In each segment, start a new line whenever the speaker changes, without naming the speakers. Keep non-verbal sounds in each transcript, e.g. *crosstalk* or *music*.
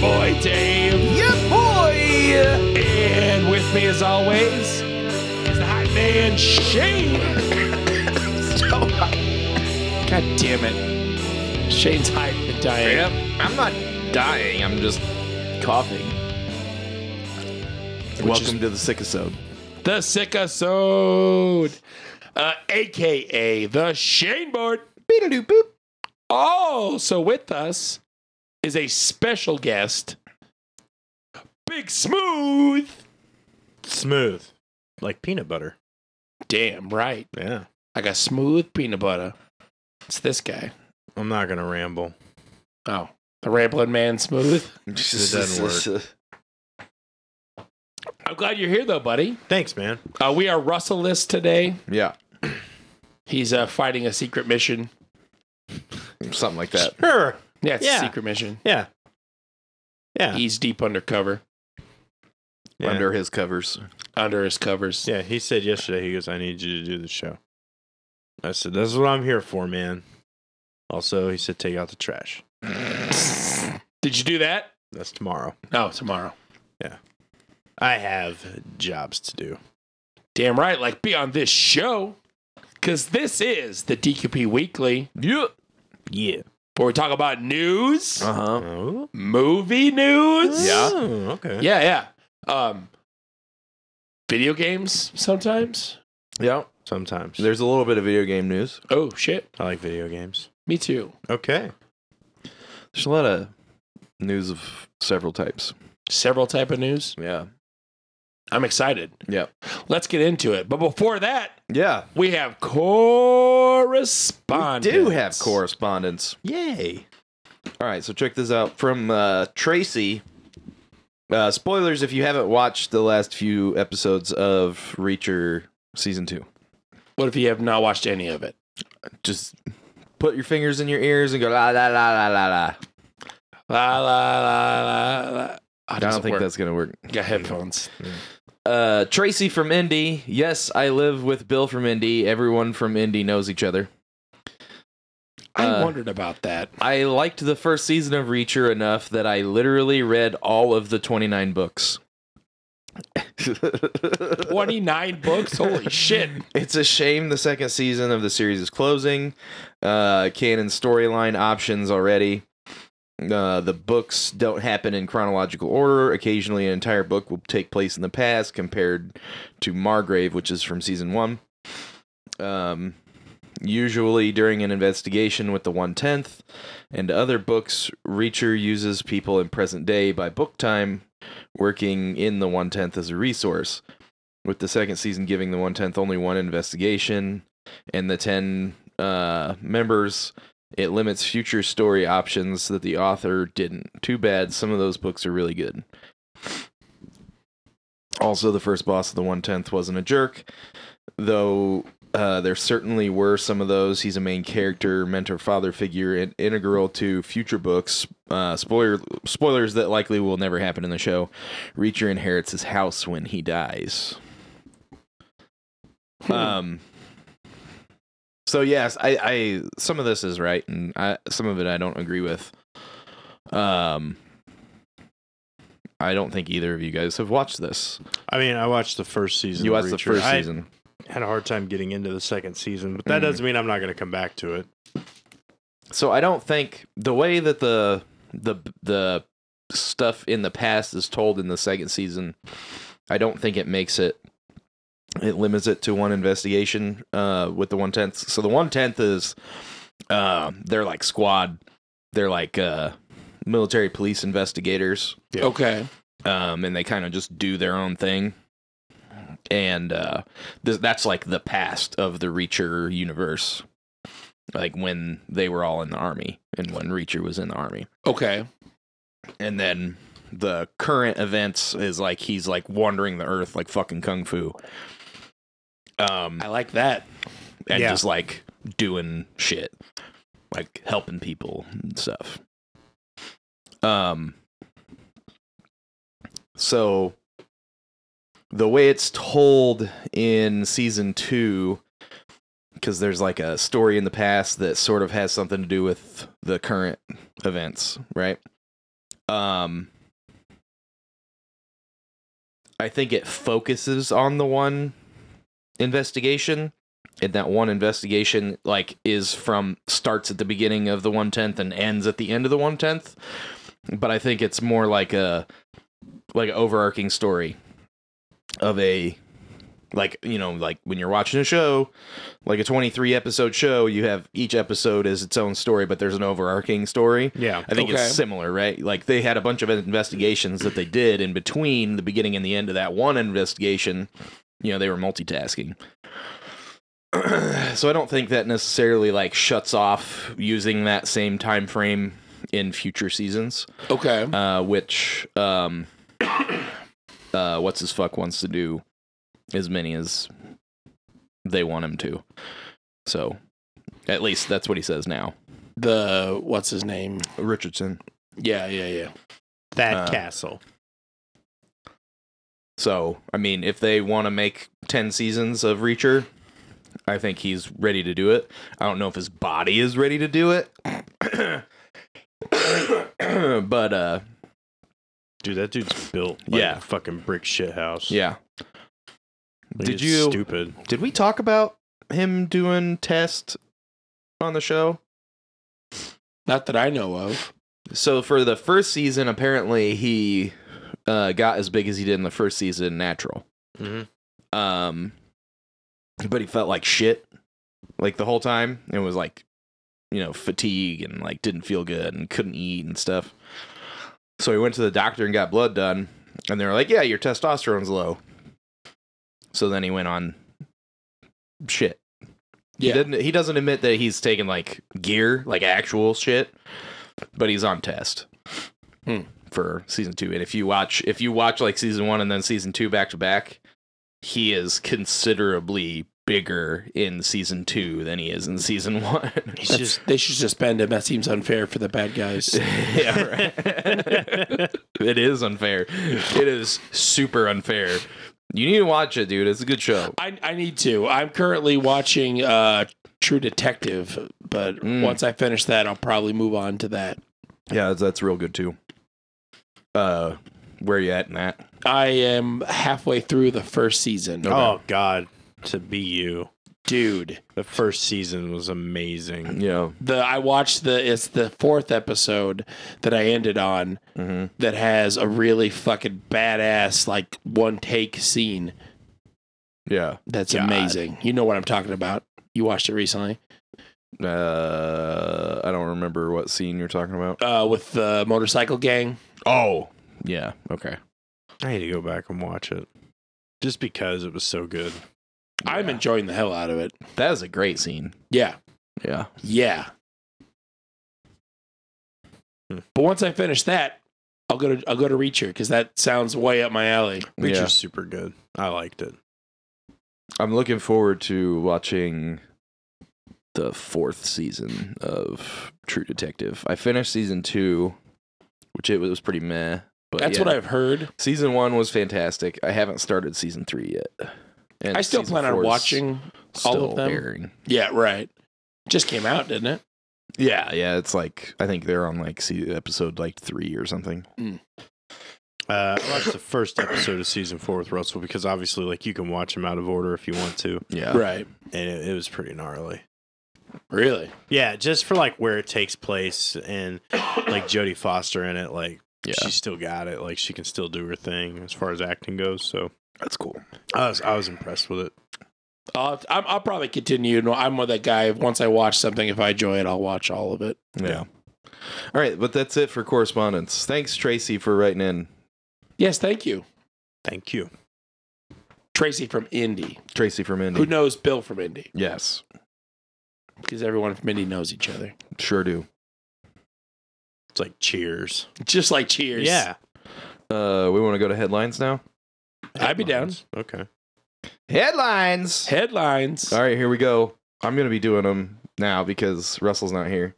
boy Dave.
Yeah, boy!
And with me, as always, is the hot man Shane. *laughs* God damn it. Shane's hot and dying.
Yep. I'm not dying. I'm just coughing. Welcome to the sickisode.
The Sickisode, uh, aka the Shane Board.
Beedadoo boop.
Also with us is a special guest, Big Smooth.
smooth, like peanut butter.
Damn right.
Yeah,
I got smooth peanut butter. It's this guy.
I'm not gonna ramble.
Oh, the rambling man, smooth.
It
doesn't
work.
I'm glad you're here though, buddy.
Thanks, man.
Uh, we are Russellless today.
*laughs* Yeah,
He's uh, fighting a secret mission.
something like that.
Sure.
Yeah, it's a
Yeah.
secret mission.
Yeah. Yeah.
He's deep undercover,
yeah.
Under his covers.
under his covers.
Yeah, he said yesterday. He goes, "I need you to do the show." I said, "That's what I'm here for, man." Also, he said, "Take out the trash."
*laughs* Did you do that?
That's tomorrow.
No, tomorrow.
I have jobs to do.
Damn right, like be on this show. Because this is the DQP Weekly,
Yeah.
Yeah.
where we talk about news,
Uh huh.
Oh.
movie news.
Yeah.
Oh, okay.
*laughs* Yeah, yeah. Um, video games sometimes.
Yeah.
Sometimes
There's a little bit of video game news.
Oh, shit.
I like video games.
Me too.
Okay.
There's a lot of news of several types.
Several type of news.
Yeah.
I'm excited.
Yeah.
Let's get into it. But before that,
Yeah.
we have correspondence.
We do have correspondence.
Yay.
All right, so check this out from uh, Tracy. Uh, spoilers if you haven't watched the last few episodes of Reacher season two.
What if you have not watched any of it?
Just put your fingers in your ears and go la la la la la la.
La la la la. la.
I don't think that's gonna work.
got headphones.
Uh, Tracy from Indy. Yes, I live with Bill from Indy. Everyone from Indy knows each other.
I
*laughs* Uh,
wondered about that.
I liked the first season of Reacher enough that I literally read all of the 29 books.
29 books? Holy
*laughs*
shit.
It's a shame the second season of the series is closing. Uh, canon storyline options already. Uh, the books don't happen in chronological order. Occasionally, an entire book will take place in the past compared to Margrave, which is from season one. Um, usually during an investigation with the 110th and other books, Reacher uses people in present day by book time, working in the 110th as a resource with the second season giving the one tenth only one investigation and the ten uh, members. It limits future story options that the author didn't. Too bad. Some of those books are really good. Also, the first boss of the one tenth wasn't a jerk, though. Uh, there certainly were some of those. He's a main character, mentor, father figure, and integral to future books. Uh, spoiler spoilers that likely will never happen in the show. Reacher inherits his house when he dies. Um. So yes, I, I some of this is right, and I, some of it I don't agree with. Um, I don't think either of you guys have watched this.
I mean, I watched the first season.
You
of
watched the
Reacher.
first
I
season.
had a hard time getting into the second season, but that
Mm.
doesn't mean I'm not going to come back to it.
So I don't think the way that the the the stuff in the past is told in the second season, I don't think it makes it it limits it to one investigation uh with the one tenth. So the one tenth is uh they're like squad. They're like uh military police investigators.
Yeah.
Okay.
Um and they kind of just do their own thing. And uh th- that's like the past of the Reacher universe. Like when they were all in the army and when Reacher was in the army
Okay.
and then the current events is like he's like wandering the earth like fucking kung fu um
I like that.
and
Yeah.
just like doing shit like helping people and stuff um so the way it's told in season 2 because there's like a story in the past that sort of has something to do with the current events, right? Um, I think it focuses on the one investigation, and that one investigation like is from starts at the beginning of the one tenth and ends at the end of the one tenth. But I think it's more like a like an overarching story of a like you know like when you're watching a show like a 23 episode show you have each episode is its own story but there's an overarching story
Yeah.
I think
Okay.
it's similar, right? Like they had a bunch of investigations that they did in between the beginning and the end of that one investigation. You know, they were multitasking. *clears throat* so I don't think that necessarily like shuts off using that same time frame in future seasons,
Okay.
uh, which um, *coughs* uh, what's his fuck wants to do as many as they want him to. So at least that's what he says now.
The what's his name?
Richardson.
Yeah, yeah, yeah.
That
Uh,
castle.
So, I mean, if they want to make 10 seasons of Reacher, I think he's ready to do it. I don't know if his body is ready to do it. *coughs* but uh
Dude, that dude's built like
Yeah.
a fucking brick shit house.
yeah.
Like,
Did
it's
you-
stupid?
Did we talk about him doing test on the show?
Not that I know of.
So for the first season, apparently he uh got as big as he did in the first season natural.
Mhm.
um but he felt like shit like the whole time and was like you know fatigue and like didn't feel good and couldn't eat and stuff so he went to the doctor and got blood done and they were like yeah your testosterone's low so then he went on shit
Yeah.
he doesn't he doesn't admit that he's taking like gear like actual shit but he's on test
Hmm.
for season two and if you watch if you watch like season one and then season two back to back he is considerably bigger in season two than he is in season *laughs* one.
He's
That's-
just.
they should suspend him. That seems unfair for the bad
*laughs*
guys.
yeah, *laughs* right. it is unfair. It is super unfair. You need to watch it, dude. It's a good show.
I, I need to. I'm currently watching uh, True Detective, but
Mm.
once I finish that, I'll probably move on to that.
Yeah, that's, that's real good too. Uh, where you at, Matt?
I am halfway through the first season.
Okay.
Oh God, to be you.
Dude,
The first season was amazing.
Yeah.
the I watched the it's the fourth episode that I ended on
Mm-hmm.
that has a really fucking badass like one take scene
Yeah.
that's
God.
amazing. You know what I'm talking about. You watched it recently
Uh, I don't remember what scene you're talking about.
uh, with the motorcycle gang.
Oh. Yeah. Okay.
I need to go back and watch it, just because it was so good.
I'm
Yeah.
enjoying the hell out of it.
That is a great scene.
Yeah.
Yeah.
Yeah.
Hmm.
But once I finish that, I'll go to I'll go to Reacher because that sounds way up my alley.
Which
Yeah.
is super good. I liked it.
I'm looking forward to watching the fourth season of True Detective. I finished season two, which it was pretty meh. But
That's
yeah.
what I've heard.
Season one was fantastic. I haven't started season three yet. And
I still
season
plan on
four is
watching. all of
still
them.
airing.
Yeah, right. Just came out, didn't it?
Yeah, yeah. It's like I think they're on like see, episode like three or something.
Uh, I watched the first episode of season four with Russell because obviously, like, you can watch them out of order if you want to,
Yeah,
Right.
and it, it was pretty gnarly.
Really?
Yeah, just for like where it takes place and like Jodie Foster in it, like
yeah.
she still got it, like she can still do her thing as far as acting goes. So
That's cool.
I was I was impressed with it.
I'll, I'm, I'll probably continue. No, I'm with that guy. Once I watch something, if I enjoy it, I'll watch all of it.
Yeah. All right, but that's it for correspondence. Thanks, Tracy, for writing in.
Yes, thank you,
Thank you.
Tracy from Indy.
Tracy from Indy.
Who knows Bill from Indy?
yes,
Because everyone from Indy knows each other.
sure do.
It's like Cheers.
Just like Cheers.
Yeah,
Uh, we want to go to headlines now.
I'd be down.
Headlines. Okay.
Headlines.
Headlines.
All right, here we go. I'm gonna be doing them now because Russell's not here.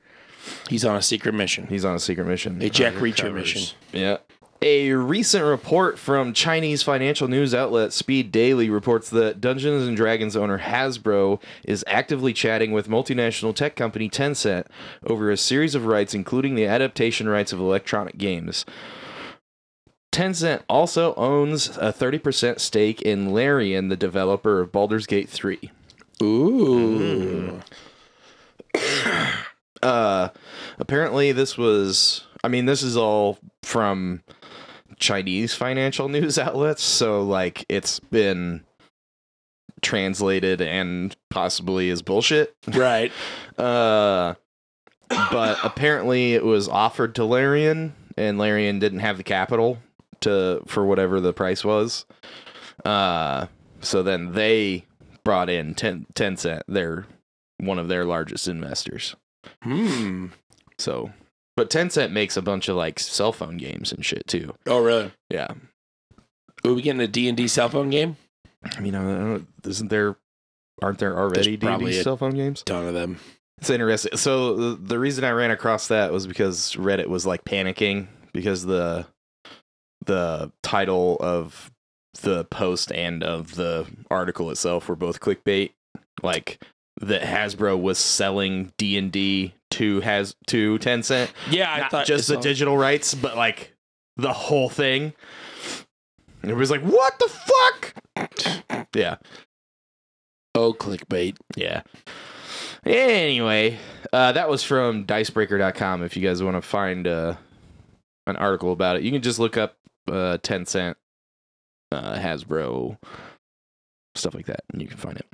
He's on a secret mission.
He's on a secret mission.
A Jack
Undercovers.
Reacher mission.
Yeah. A recent report from Chinese financial news outlet Speed Daily reports that Dungeons and Dragons owner Hasbro is actively chatting with multinational tech company Tencent over a series of rights, including the adaptation rights of electronic games. Tencent also owns a 30% stake in Larian, the developer of Baldur's Gate 3.
Ooh.
uh apparently this was i mean this is all from chinese financial *laughs* news outlets so like it's been translated and possibly is bullshit
Right.
uh but apparently it was offered to larian and larian didn't have the capital to for whatever the price was uh so then they brought in 10 tencent they're one of their largest investors
Hmm.
so, but Tencent makes a bunch of like cell phone games and shit too.
Oh, really?
Yeah,
Are we getting a D&D cell phone game?
I mean, I don't know, isn't there? Aren't there already
probably
D&D
a-
cell phone games?
Ton of them.
It's interesting. So the- the reason I ran across that was because Reddit was like panicking because the the title of the post and of the article itself were both clickbait. Like that Hasbro was selling D and D to has to Tencent.
Yeah, I
not
thought
just the digital rights, but like the whole thing. Everybody's like, "What the fuck?" yeah,
Oh, clickbait.
yeah. Anyway, uh, that was from Dicebreaker.com. If you guys want to find uh, an article about it, you can just look up uh, ten cent uh, Hasbro stuff like that, and you can find it.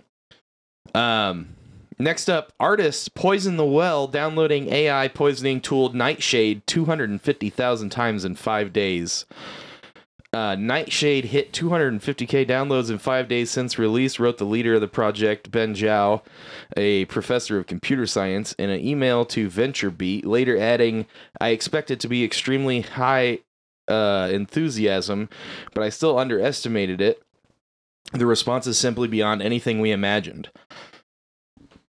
Um, next up, artists poison the well, downloading AI poisoning tool Nightshade 250,000 times in five days. Uh, Nightshade hit 250k downloads in five days since release, wrote the leader of the project, Ben Zhao, a professor of computer science, in an email to VentureBeat, later adding, I expect it to be extremely high uh, enthusiasm, but I still underestimated it. The response is simply beyond anything we imagined.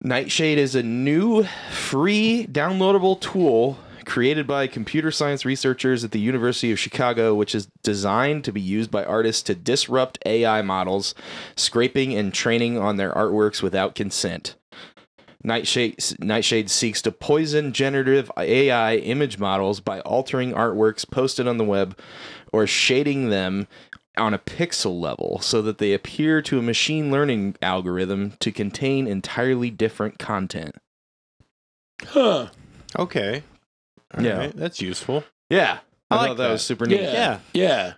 Nightshade is a new free downloadable tool created by computer science researchers at the University of Chicago, which is designed to be used by artists to disrupt AI models, scraping and training on their artworks without consent. Nightshade, Nightshade seeks to poison generative AI image models by altering artworks posted on the web or shading them on a pixel level so that they appear to a machine learning algorithm to contain entirely different content.
Huh.
Okay. All
Yeah.
right, That's useful.
Yeah. I,
I
thought
like
that,
that.
was super neat.
Yeah. Yeah. Yeah.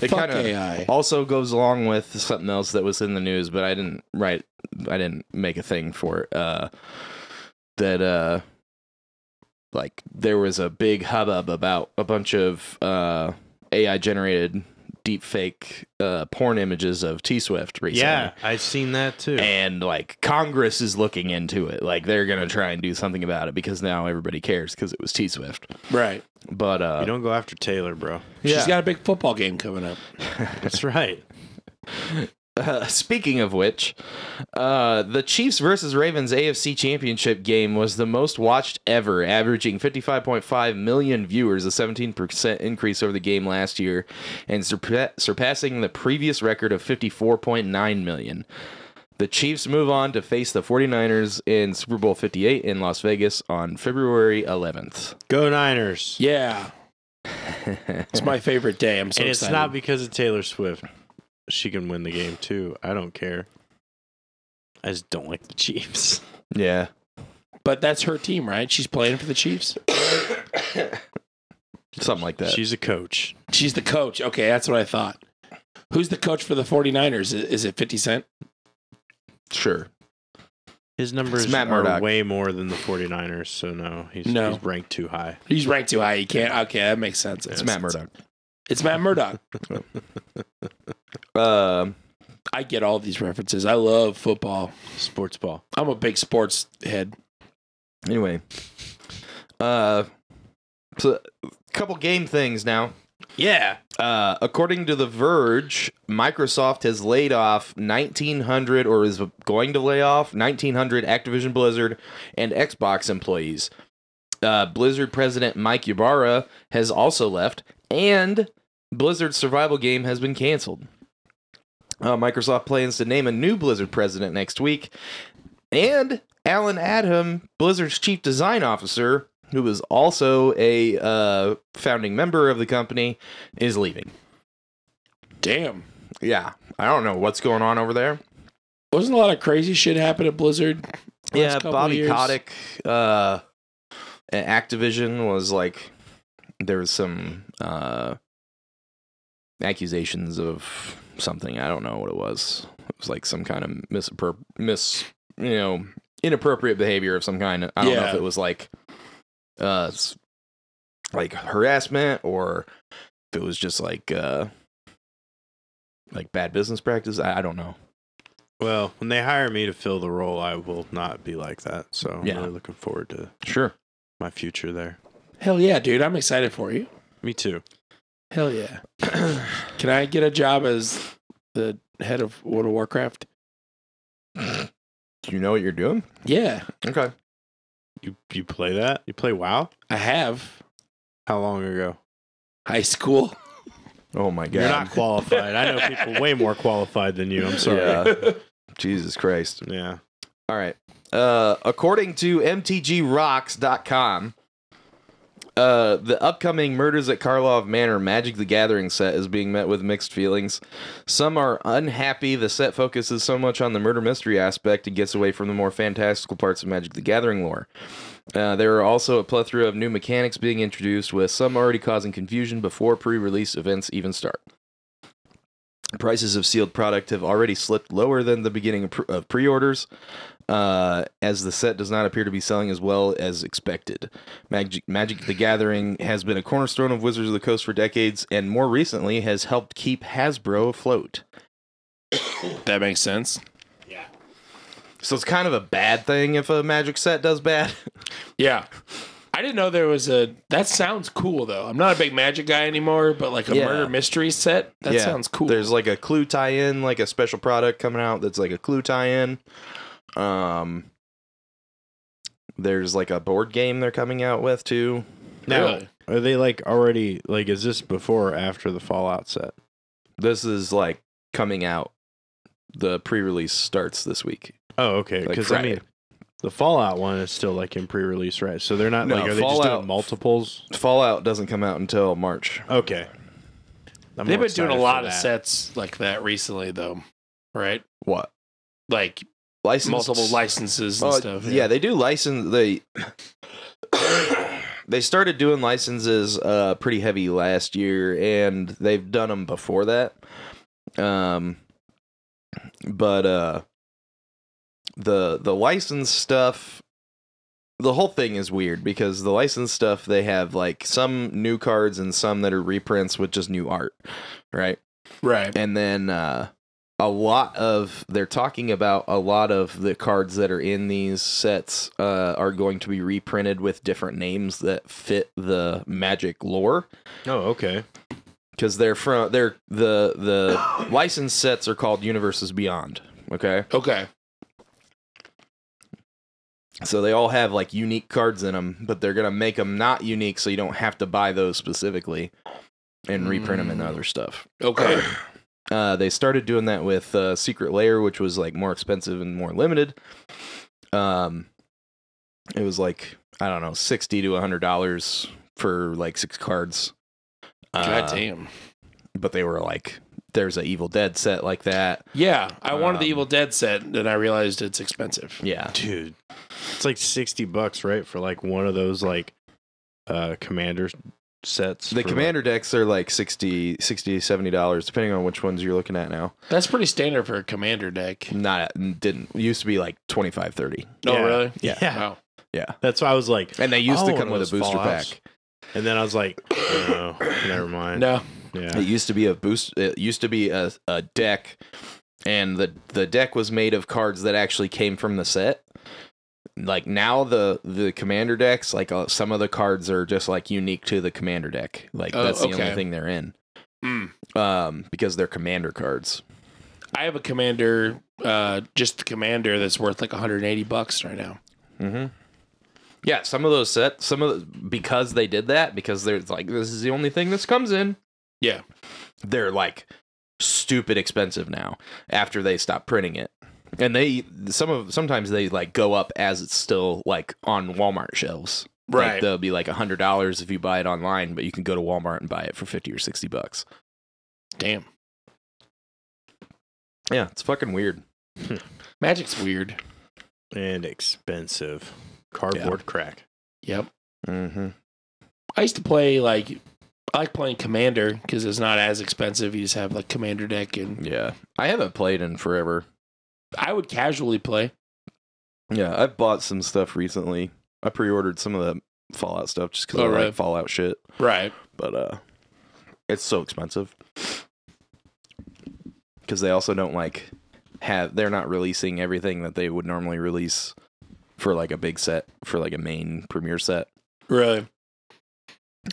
It
Fuck
kinda-
AI.
Also goes along with something else that was in the news, but I didn't write I didn't make a thing for it. Uh that uh like there was a big hubbub about a bunch of uh AI generated deep fake uh porn images of T Swift recently.
Yeah. I've seen that too.
and like Congress is looking into it. Like they're gonna try and do something about it because now everybody cares because it was T Swift.
Right.
But uh,
you don't go after Taylor, bro.
She's got a big football game coming up.
*laughs* That's right.
Uh, *laughs* speaking of which, uh, the Chiefs versus Ravens AFC Championship game was the most watched ever, averaging 55.5 million viewers, a 17% increase over the game last year, and surpa- surpassing the previous record of 54.9 million. The Chiefs move on to face the 49ers in Super Bowl 58 in Las Vegas on February 11th.
Go Niners.
*laughs* Yeah. It's my favorite day. I'm so
and it's
excited.
not because of Taylor Swift. She can win the game too. I don't care. I just don't like the Chiefs.
yeah.
but that's her team, right? She's playing for the Chiefs.
Something like that.
She's a coach.
She's the coach. Okay, that's what I thought. Who's the coach for the 49ers? Is, is it 50 Cent?
Sure.
His numbers
It's Matt
are
Murdock.
way more than the 49ers, so no, he's,
No.
he's ranked too high.
He's ranked too high. He can't. Okay, that makes sense.
It's Matt Murdock.
It's Matt Murdock.
Um,
I get all these references. I love football.
Sports ball.
I'm a big sports head.
Anyway, uh, so a couple game things now.
Yeah.
Uh, according to The Verge, Microsoft has laid off 1,900 or is going to lay off 1,900 Activision Blizzard and Xbox employees. Uh, Blizzard president Mike Ybarra has also left, And Blizzard's survival game has been canceled. Uh, Microsoft plans to name a new Blizzard president next week. And Alan Adham, Blizzard's chief design officer, who is also a uh, founding member of the company, is leaving.
Damn.
Yeah, I don't know what's going on over there.
Wasn't a lot of crazy shit happen at Blizzard? last
yeah,
couple
Bobby
years?
Kotick uh, at Activision was like there was some uh, accusations of something I don't know what it was. It was like some kind of misappro- mis you know inappropriate behavior of some kind. I don't know if
Yeah.
it was like uh s- like harassment or if it was just like uh like bad business practice. I, I don't know.
Well, when they hire me to fill the role, I will not be like that. So I'm
Yeah.
really looking forward to
Sure.
my future there.
Hell yeah, dude. I'm excited for you.
Me too.
Hell yeah. *clears throat* Can I get a job as the head of World of Warcraft?
Do you know what you're doing?
Yeah,
Okay.
You you play that? You play WoW?
I have.
How long ago?
High school.
Oh my god.
You're not qualified. I know
*laughs*
people way more qualified than you. I'm sorry. Yeah. *laughs*
Yeah. Jesus Christ. All right. Uh, according to MTGRocks.com, uh, the upcoming Murders at Karlov Manor Magic the Gathering set is being met with mixed feelings. Some are unhappy the set focuses so much on the murder mystery aspect and gets away from the more fantastical parts of Magic the Gathering lore. Uh, there are also a plethora of new mechanics being introduced, with some already causing confusion before pre release events even start. Prices of sealed product have already slipped lower than the beginning of pr- of pre orders, uh, as the set does not appear to be selling as well as expected. Magic, Magic the Gathering has been a cornerstone of Wizards of the Coast for decades, and more recently has helped keep Hasbro afloat.
That makes sense.
So it's kind of a bad thing if a Magic set does bad.
Yeah. I didn't know there was a. That sounds cool though. I'm not a big magic guy anymore, but like a
Yeah.
murder mystery set, *laughs* that
Yeah.
sounds cool.
There's like a clue tie-in, like a special product coming out that's like a clue tie-in. Um, there's like a board game they're coming out with too.
Now,
Really?
are they like already like? Is this before or after the Fallout set?
This is like coming out. The pre-release starts this week.
Oh, okay.
Like
Because I
Friday.
mean, the Fallout one is still like in pre-release, right? So they're not
No,
like are they just
Fallout-
doing multiples?
Fallout doesn't come out until March.
Okay.
They've been
I'm more
doing
excited
a
for
lot of
that.
sets like that recently though, right?
What?
Like
License
multiple licenses and
Oh,
stuff.
Yeah. they do license they *coughs* they started doing licenses uh pretty heavy last year and they've done them before that. Um but uh the the license stuff the whole thing is weird because the license stuff they have like some new cards and some that are reprints with just new art, right?
right.
and then uh, a lot of they're talking about a lot of the cards that are in these sets uh, are going to be reprinted with different names that fit the magic lore
Oh, okay.
because they're from they're the the license sets are called universes beyond okay
Okay.
so they all have like unique cards in them but they're gonna make them not unique so you don't have to buy those specifically and reprint them in
Mm.
other stuff
Okay.
Uh, they started doing that with uh, Secret Layer, which was like more expensive and more limited. Um, it was like I don't know, sixty to hundred dollars for like six cards.
God
*clears throat* Uh,
damn.
But they were like, there's a Evil Dead set like that.
Yeah, I wanted the
um,
Evil Dead set, and I realized it's expensive.
Yeah,
Dude, it's like 60 bucks, right, for like one of those like uh commander sets.
the
for,
commander decks are like 60 60 70 dollars depending on which ones you're looking at now
That's pretty standard for a commander deck.
not didn't used to be like 25 30
No,
Yeah.
really?
Like, yeah.
Wow.
That's why I was like
and they used
Oh,
to
one
come with
of
a
those
booster
Fallouts.
pack
and then I was like, no, never mind.
No.
Yeah.
It used to be a boost. It used to be a, a deck, and the the deck was made of cards that actually came from the set. Like now, the the commander decks, like uh, some of the cards are just like unique to the commander deck. Like
Oh,
that's the
okay.
only thing they're in,
Mm.
um, because they're commander cards.
I have a commander, uh, just the commander that's worth like 180 bucks right now.
Mm-hmm. Yeah, some of those set some of the, because they did that because they're like this is the only thing this comes in.
Yeah.
They're like stupid expensive now after they stop printing it. And they some of sometimes they like go up as it's still like on Walmart shelves. Like,
Right.
they'll be like $100 if you buy it online, but you can go to Walmart and buy it for 50 or 60 bucks.
Damn.
Yeah, it's fucking weird.
Magic's weird.
and expensive cardboard crack.
Yep.
Mm-hmm.
I used to play like I like playing Commander because it's not as expensive. You just have like Commander deck, and
Yeah. I haven't played in forever.
I would casually play.
Yeah, I've bought some stuff recently. I pre-ordered some of the Fallout stuff just because
Oh,
I
right.
like Fallout shit.
Right.
But uh, it's so expensive because they also don't like have. They're not releasing everything that they would normally release for like a big set for like a main premiere set.
Really.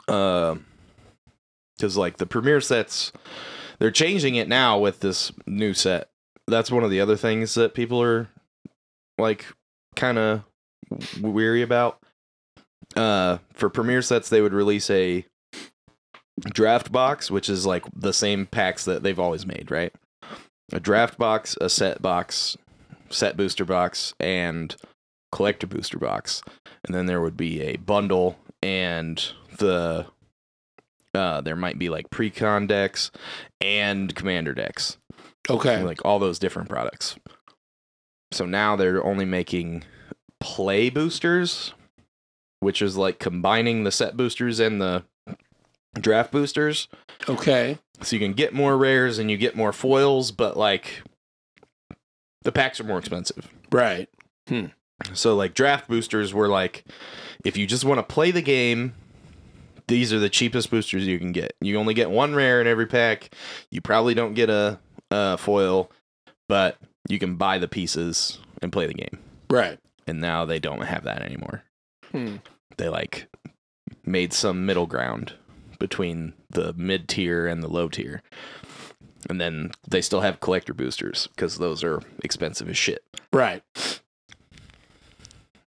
Um, because like the premiere sets, they're changing it now with this new set. That's one of the other things that people are like kind of weary about. Uh, for premiere sets, they would release a draft box, which is like the same packs that they've always made, right? A draft box, a set box, set booster box, and collector booster box, and then there would be a bundle and the uh there might be like pre-con decks and commander decks
Okay.
like all those different products so now they're only making play boosters which is like combining the set boosters and the draft boosters
Okay.
so you can get more rares and you get more foils but like the packs are more expensive
Right.
so like draft boosters were like, if you just want to play the game, these are the cheapest boosters you can get. You only get one rare in every pack. You probably don't get a, a foil, but you can buy the pieces and play the game.
Right.
And now they don't have that anymore.
Hmm.
They like made some middle ground between the mid tier and the low tier. And then they still have collector boosters because those are expensive as shit.
Right.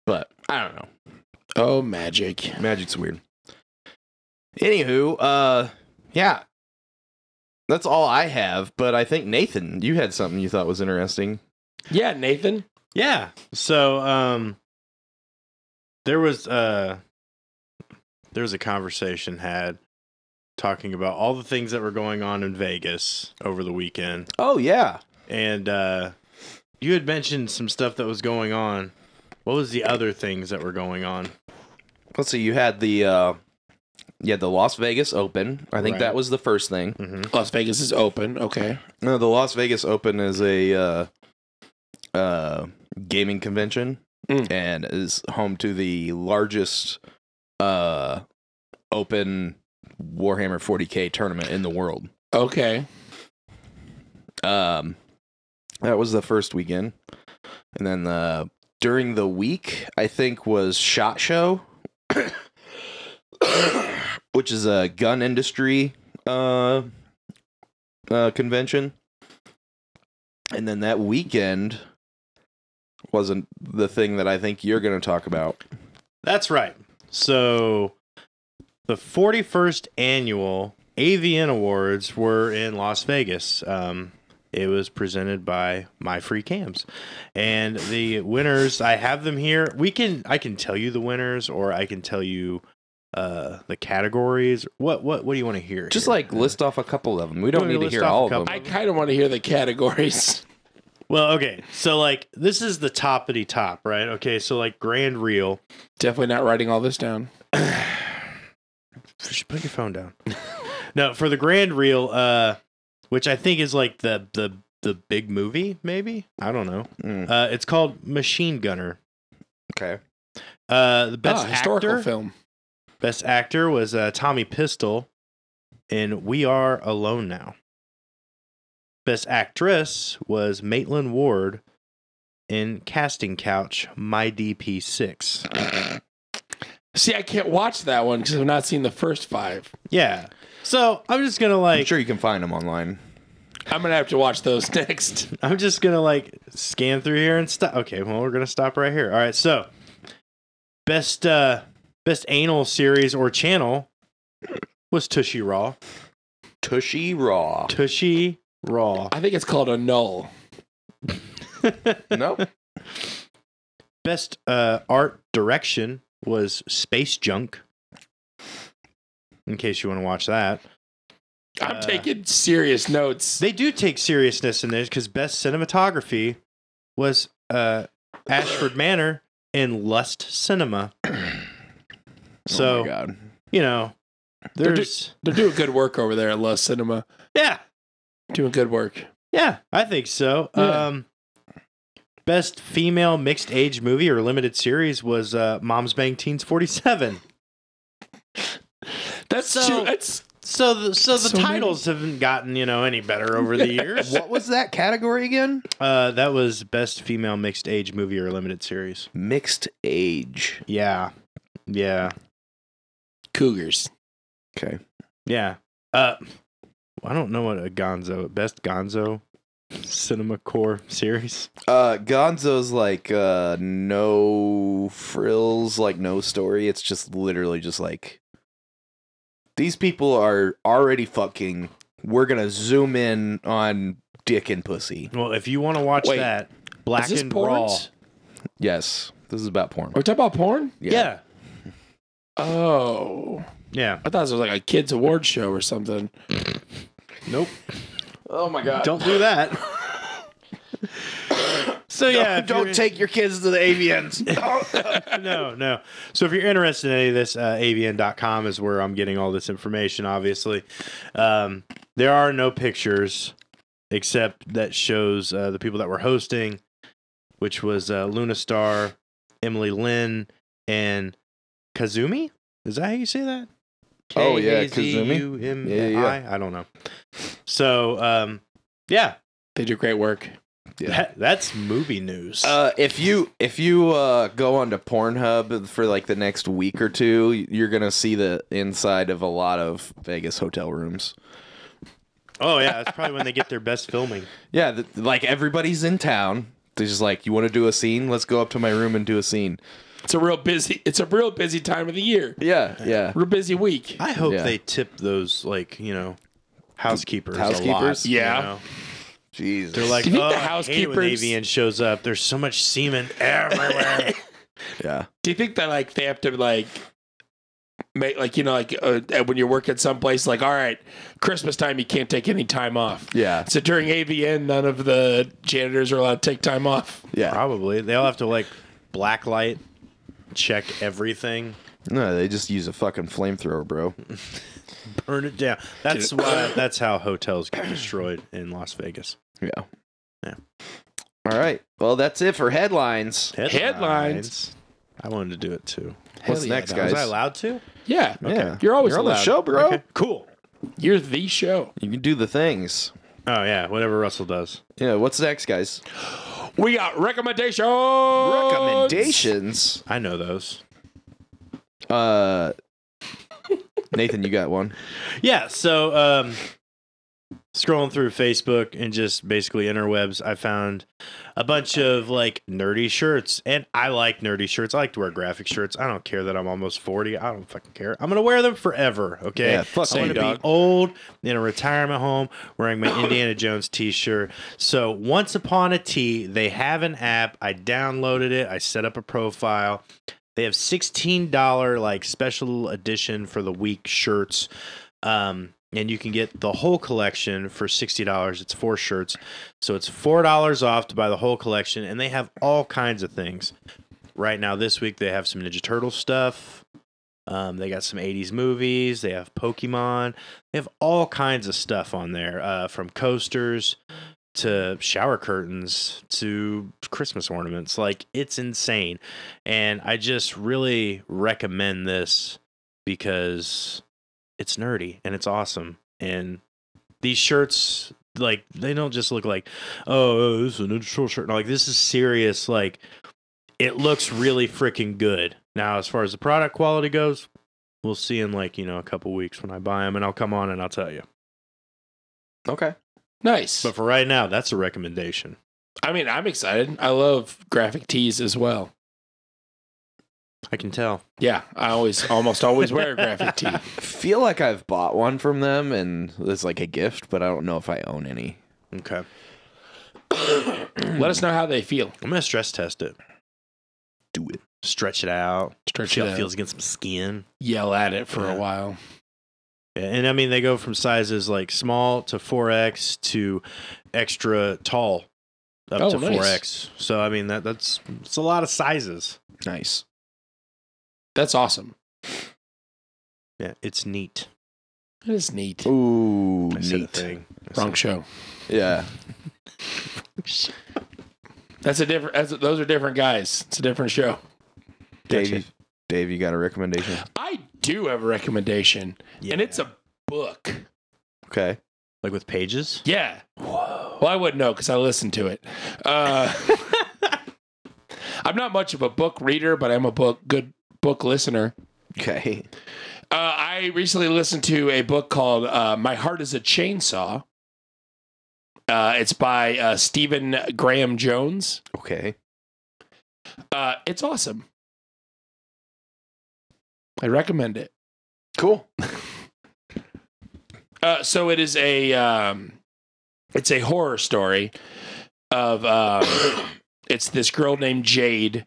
But I don't know.
Oh, magic.
Magic's weird. Anywho, uh, yeah, that's all I have. But I think Nathan, you had something you thought was interesting.
Yeah, Nathan.
Yeah. So um there was uh there was a conversation had talking about all the things that were going on in Vegas over the weekend.
Oh yeah,
And uh you had mentioned some stuff that was going on. What was the other things that were going on?
let's see. You had the uh, you had the Las Vegas Open. I think
Right.
that was the first thing.
Mm-hmm.
Las Vegas is open. Okay.
No, the Las Vegas Open is a uh, uh, gaming convention
Mm.
and is home to the largest uh, open Warhammer 40k tournament in the world.
Okay.
Um, that was the first weekend, and then uh, during the week, I think was Shot Show, *coughs* which is a gun industry uh, uh, convention, and then that weekend wasn't the thing that I think you're going to talk about.
That's right. So the 41st annual AVN Awards were in Las Vegas. Um, it was presented by My Free Cams, and the winners. I have them here. We can I can tell you the winners, or I can tell you uh, the categories. What what what do you want to hear?
Just
here?
like list off a couple of them. We
Let
don't
me
need to
list
hear
off a
all of
couple.
them.
I kind of want to hear the categories.
well, okay. So like this is the toppity top, right? Okay, so like Grand Reel.
*laughs* Definitely not writing all this down.
Just put your
*laughs*
phone down. no, for the grand reel, uh, which I think is like the the the big movie, maybe I don't know.
Mm,
Uh, it's called Machine Gunner.
okay.
Uh, the best
Ah, historical
actor,
film.
best actor was uh, Tommy Pistol in We Are Alone Now. Best actress was Maitland Ward in Casting Couch, My DP Six.
See, I can't watch that one because I've not seen the first five.
Yeah. So I'm just gonna
I'm
like
sure you can find them online.
I'm gonna have to watch those *laughs* next.
I'm just gonna like scan through here and stop. Okay, well we're gonna stop right here. All right, so Best uh best anal series or channel was Tushy Raw.
Tushy Raw.
Tushy Raw.
I think it's called a null.
nope.
best uh art direction was Space Junk. In case you want to watch that.
I'm
Uh,
taking serious notes.
They do take seriousness in this because best cinematography was uh, Ashford Manor and Lust
*clears throat*
Cinema.
oh my
*laughs* So
God.
you know,
They're
there's
They're doing good work over there at Lust Cinema.
yeah,
Doing good work.
yeah, I think so.
Yeah.
Um, best female mixed age movie or limited series was uh, Moms Bang Teens Forty Seven.
That's
So-
too. That's
So the so the
So many-
titles haven't gotten you know any better
*laughs*
over the years.
What was that category again?
uh, that was best female mixed age movie or limited series.
Mixed age.
Yeah, yeah.
cougars.
Okay.
Yeah. Uh, I don't know what a Gonzo best Gonzo cinema core series.
Uh, Gonzo's like uh, no frills, like no story. It's just literally just like these people are already fucking. We're gonna zoom in on dick and pussy.
Well, if you want to watch
Wait,
that, Black
Is this
and
porn?
Raw.
Yes, this is about porn.
Are
Oh,
we talking about porn?
Yeah.
Oh,
Yeah.
I thought this was like a kids award show or something.
Nope.
Oh my god.
Don't do that. *laughs*
*laughs*
so yeah, if
don't
you're-
take your kids to the
*laughs*
avians. *laughs*
no, no. So if you're interested in any of this, uh, avn.com is where I'm getting all this information, obviously. Um, there are no pictures except that shows uh, the people that were hosting, which was uh, Luna Star, Emily Lynn, and Kazumi. Is that how you say that?
Oh, yeah,
K-A-Z-U-M-I?
Yeah, yeah.
I don't know. So, um, yeah,
They do great work.
that, that's movie news.
Uh, if you if you uh, go onto Pornhub for like the next week or two, you're gonna see the inside of a lot of Vegas hotel rooms.
oh yeah, that's probably when they get their best filming.
Yeah, th like everybody's in town. They're just like, you want to do a scene? Let's go up to my room and do a scene.
It's a real busy. It's a real busy time of the year.
Yeah, yeah.
Real busy week.
I hope
Yeah.
they tip those like you know housekeepers.
Housekeepers?
a lot, you
Yeah.
know?
Jesus.
they're like,
Do you think
oh,
the
the housekeepers when
housekeepers-
avian shows up. There's so much
*laughs*
semen everywhere.
yeah,
Do you think that like they have to like make like you know like uh, when you're working someplace like all right Christmas time you can't take any time off.
yeah,
So during AVN none of the janitors are allowed to take time off.
yeah.
Probably they'll have to like blacklight, check everything,
No, they just use a fucking flamethrower, bro.
burn it down. That's why. That's how hotels get destroyed in Las Vegas.
Yeah.
Yeah.
All right. Well, that's it for headlines.
Headlines.
I wanted to do it too.
What's
Hell yeah,
next,
that
guys?
Was I allowed to?
Yeah.
Yeah,
You're always
on the
allowed.
show, bro.
Okay. Cool.
You're the show.
You can do the things.
Oh yeah, whatever Russell does.
Yeah, what's next, guys?
We got recommendations.
Recommendations.
I know those.
Uh Nathan, you got one.
Yeah, so um scrolling through Facebook and just basically interwebs, I found a bunch of like nerdy shirts. And I like nerdy shirts. I like to wear graphic shirts. I don't care that I'm almost 40. I don't fucking care. I'm gonna wear them forever, okay?
Yeah, fuck
I
you,
wanna
dog.
be old in a retirement home wearing my Indiana Jones t shirt. So once upon a T, they have an app. I downloaded it, I set up a profile. They have $16 like special edition for the week shirts. Um, and you can get the whole collection for $60. It's four shirts. So it's $4 off to buy the whole collection. And they have all kinds of things. Right now, this week, they have some Ninja Turtle stuff. Um, they got some 80s movies. They have Pokemon. They have all kinds of stuff on there uh, from coasters to shower curtains to Christmas ornaments. Like, it's insane. And I just really recommend this because it's nerdy and it's awesome. And these shirts, like, they don't just look like, oh, this is an intro shirt. No, like, this is serious. Like, it looks really freaking good. Now, as far as the product quality goes, we'll see in like, you know, a couple weeks when I buy them and I'll come on and I'll tell you.
Okay.
Nice.
But for right now, that's a recommendation.
I mean, I'm excited. I love graphic tees as well.
I can tell.
Yeah, I always almost always wear a graphic tee.
feel like I've bought one from them and it's like a gift, but I don't know if I own any.
*laughs* Okay. I'm
Let us know how they feel.
going to stress test it.
Do it.
Stretch it out.
Stretch
See
it
how it
out.
feels against my skin.
Yell at it for
Yeah.
a while.
Yeah, And I mean, they go from sizes like small to 4X to extra tall up
Oh,
to
nice.
4X. So, I mean, that that's it's a lot of sizes.
Nice.
That's awesome.
Yeah, it's neat.
That is neat.
Ooh,
I said a
neat.
thing. I
Wrong
said-
show.
Yeah.
That's a different. That's those are different guys. It's a different show.
Dave, Dave, you got a recommendation?
I do have a recommendation,
Yeah.
and it's a book.
Okay.
like with pages.
Yeah. Well, I wouldn't know because I listened to it. Uh, *laughs* I'm not much of a book reader, but I'm a book good book listener.
Okay.
Uh, I recently listened to a book called uh, "My Heart Is a Chainsaw." Uh, it's by uh, Stephen Graham Jones.
Okay.
Uh, it's awesome. I recommend it.
Cool.
Uh, so it is a um, it's a horror story of um, *coughs* it's this girl named Jade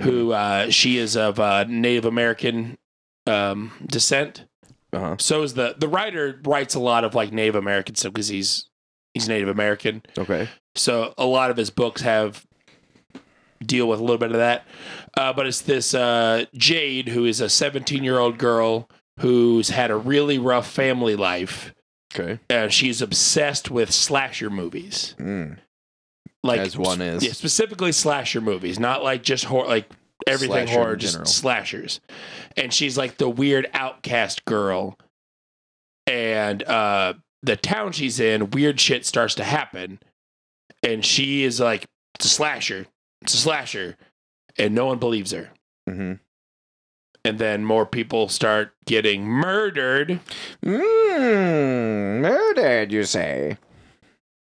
who uh, she is of uh, Native American um, descent.
Uh-huh.
So is the the writer writes a lot of like Native American stuff because he's he's Native American.
Okay.
So a lot of his books have deal with a little bit of that. Uh, but it's this uh, Jade, who is a 17 year old girl who's had a really rough family life.
Okay.
Uh, she's obsessed with slasher movies,
Mm.
like
As one is.
Yeah, specifically slasher movies, not like just horror, like everything
Slasher
horror,
in
just
general.
slashers. And she's like the weird outcast girl. And uh, the town she's in, weird shit starts to happen. And she is like, it's a slasher. It's a slasher. And no one believes her.
Mhm.
And then more people start getting murdered.
Mm, murdered, you say?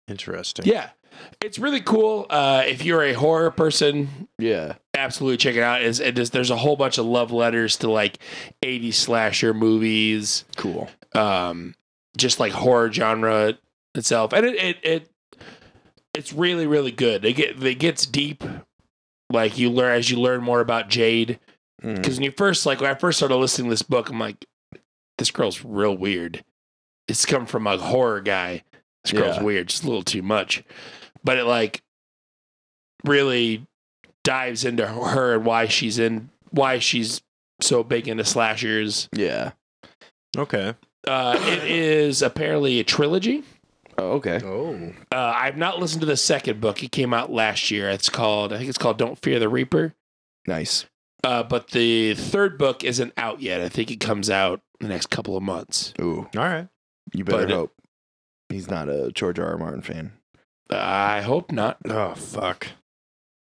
Interesting.
Yeah. It's really cool. Uh, if you're a horror person,
Yeah.
absolutely check it out. Is it is there's a whole bunch of love letters to like 80 slasher movies,
Cool.
um, just like horror genre itself, and it it, it it's really really good. It get it gets deep. Like you learn as you learn more about Jade,
Mm.
because when you first like when I first started listening to this book, I'm like, this girl's real weird. It's come from a horror guy. This girl's
Yeah.
weird, just a little too much. But it like really dives into her and why she's in why she's so big into slashers.
Yeah.
Okay.
Uh,
*coughs*
it is apparently a trilogy.
Oh, okay.
Oh.
Uh, I've not listened to the second book. It came out last year. It's called I think it's called Don't Fear the Reaper.
Nice.
Uh, but the third book isn't out yet. I think it comes out in the next couple of months.
Ooh.
All right.
You better
But-
hope he's not a George R. R. Martin fan.
I hope not.
Oh fuck.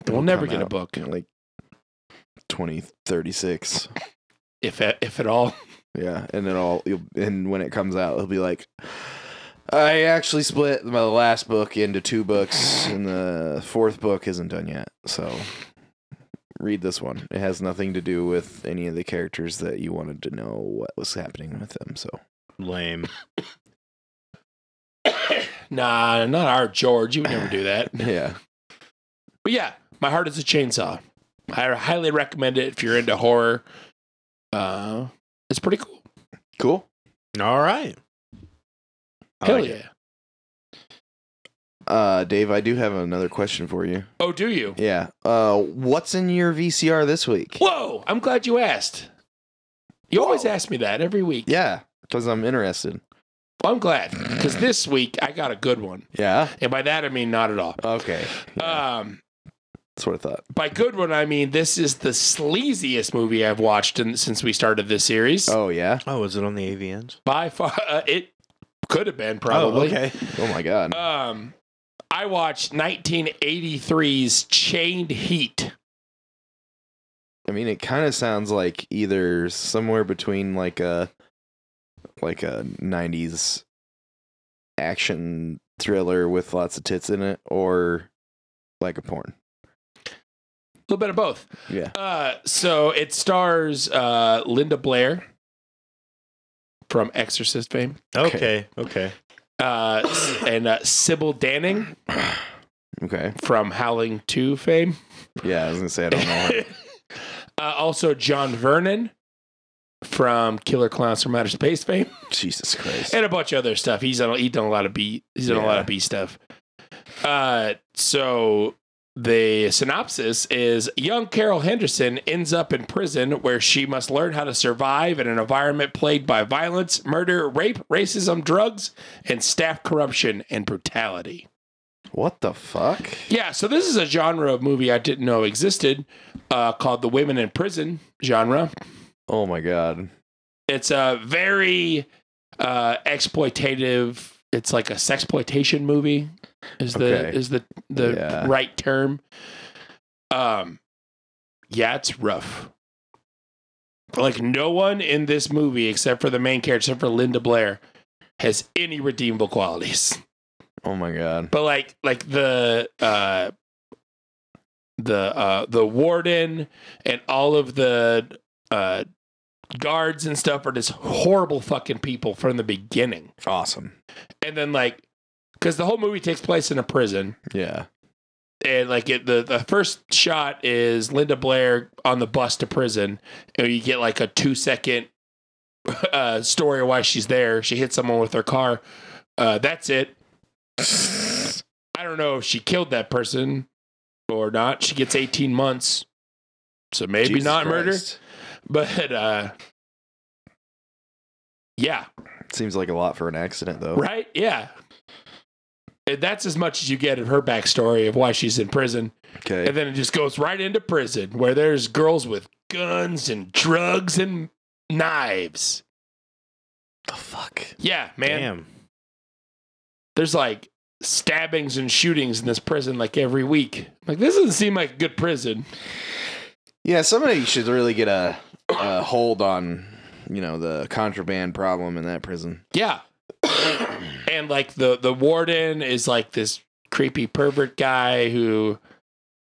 We'll
It'll
never
come
get a
out
book,
in, Like 2036.
if if at all. *laughs*
Yeah, and then all you'll, and when it comes out, he'll be like, "I actually split my last book into two books, and the fourth book isn't done yet. So read this one. It has nothing to do with any of the characters that you wanted to know what was happening with them. So
Lame.
Nah, not our George. You would never do
*sighs*
that.
yeah,
But yeah, my heart is a chainsaw. I highly recommend it if you're into horror. Uh, it's pretty cool.
cool.
All right. I
Hell
like
yeah.
it.
Uh, Dave, I do have another question for you.
Oh, do you?
Yeah, uh, what's in your VCR this week?
Whoa! I'm glad you asked. You always ask me that every week.
Yeah, because I'm interested.
Well, I'm glad
*clears throat*
because this week I got a good one,
Yeah.
and by that I mean not at all.
Okay. Oh, Yeah,
Um,
that's what I thought.
by good one I mean this is the sleaziest movie I've watched in, since we started this series.
Oh yeah.
Oh, is it on the AVNs?
By far, *laughs* uh, it could have been probably.
Oh, okay.
Oh my god.
Um, I watched 1983's Chained Heat.
I mean, it kind of sounds like either somewhere between like a like a '90s action thriller with lots of tits in it, or like a porn.
little bit of both.
Yeah.
Uh, so it stars uh, Linda Blair from Exorcist fame,
Okay. Okay. *coughs*
uh, s- and uh, Sybil Danning
Okay.
from Howling Two fame.
Yeah, I was gonna say I don't know. her.
Uh, also John Vernon from Killer Clowns from Outer Space fame, *laughs*
Jesus Christ.
and a bunch of other stuff. He's done he done a lot of B he's done a lot
Yeah.
of B stuff. Uh, so the synopsis is young Carol Henderson ends up in prison where she must learn how to survive in an environment plagued by violence, murder, rape, racism, drugs, and staff corruption and brutality.
What the fuck?
Yeah, so this is a genre of movie I didn't know existed uh, called the women in prison genre.
Oh my god.
It's a very uh, exploitative. It's like a sexploitation movie. Is the
Okay.
is the the
Yeah.
right term? Um, yeah, it's rough. Like no one in this movie, except for the main character, except for Linda Blair, has any redeemable qualities.
Oh my god.
But like like the uh the uh the warden and all of the uh guards and stuff are just horrible fucking people from the beginning.
Awesome.
And then like cuz the whole movie takes place in a prison *laughs*
Yeah.
and like it, the the first shot is Linda Blair on the bus to prison and you get like a 2 second *laughs* uh story of why she's there. She hit someone with her car. Uh that's it. I don't know if she killed that person or not. She gets 18 months. So maybe
Jesus
not murder,
Christ.
*laughs* but uh yeah,
Seems like a lot for an accident though.
right? Yeah. And that's as much as you get of her backstory of why she's in prison.
Okay.
And then it just goes right into prison where there's girls with guns and drugs and knives.
the fuck?
Yeah, man.
Damn.
There's like stabbings and shootings in this prison like every week. Like this doesn't seem like a good prison.
Yeah, somebody should really get a, a hold on, you know, the contraband problem in that prison.
Yeah. and like the the warden is like this creepy pervert guy who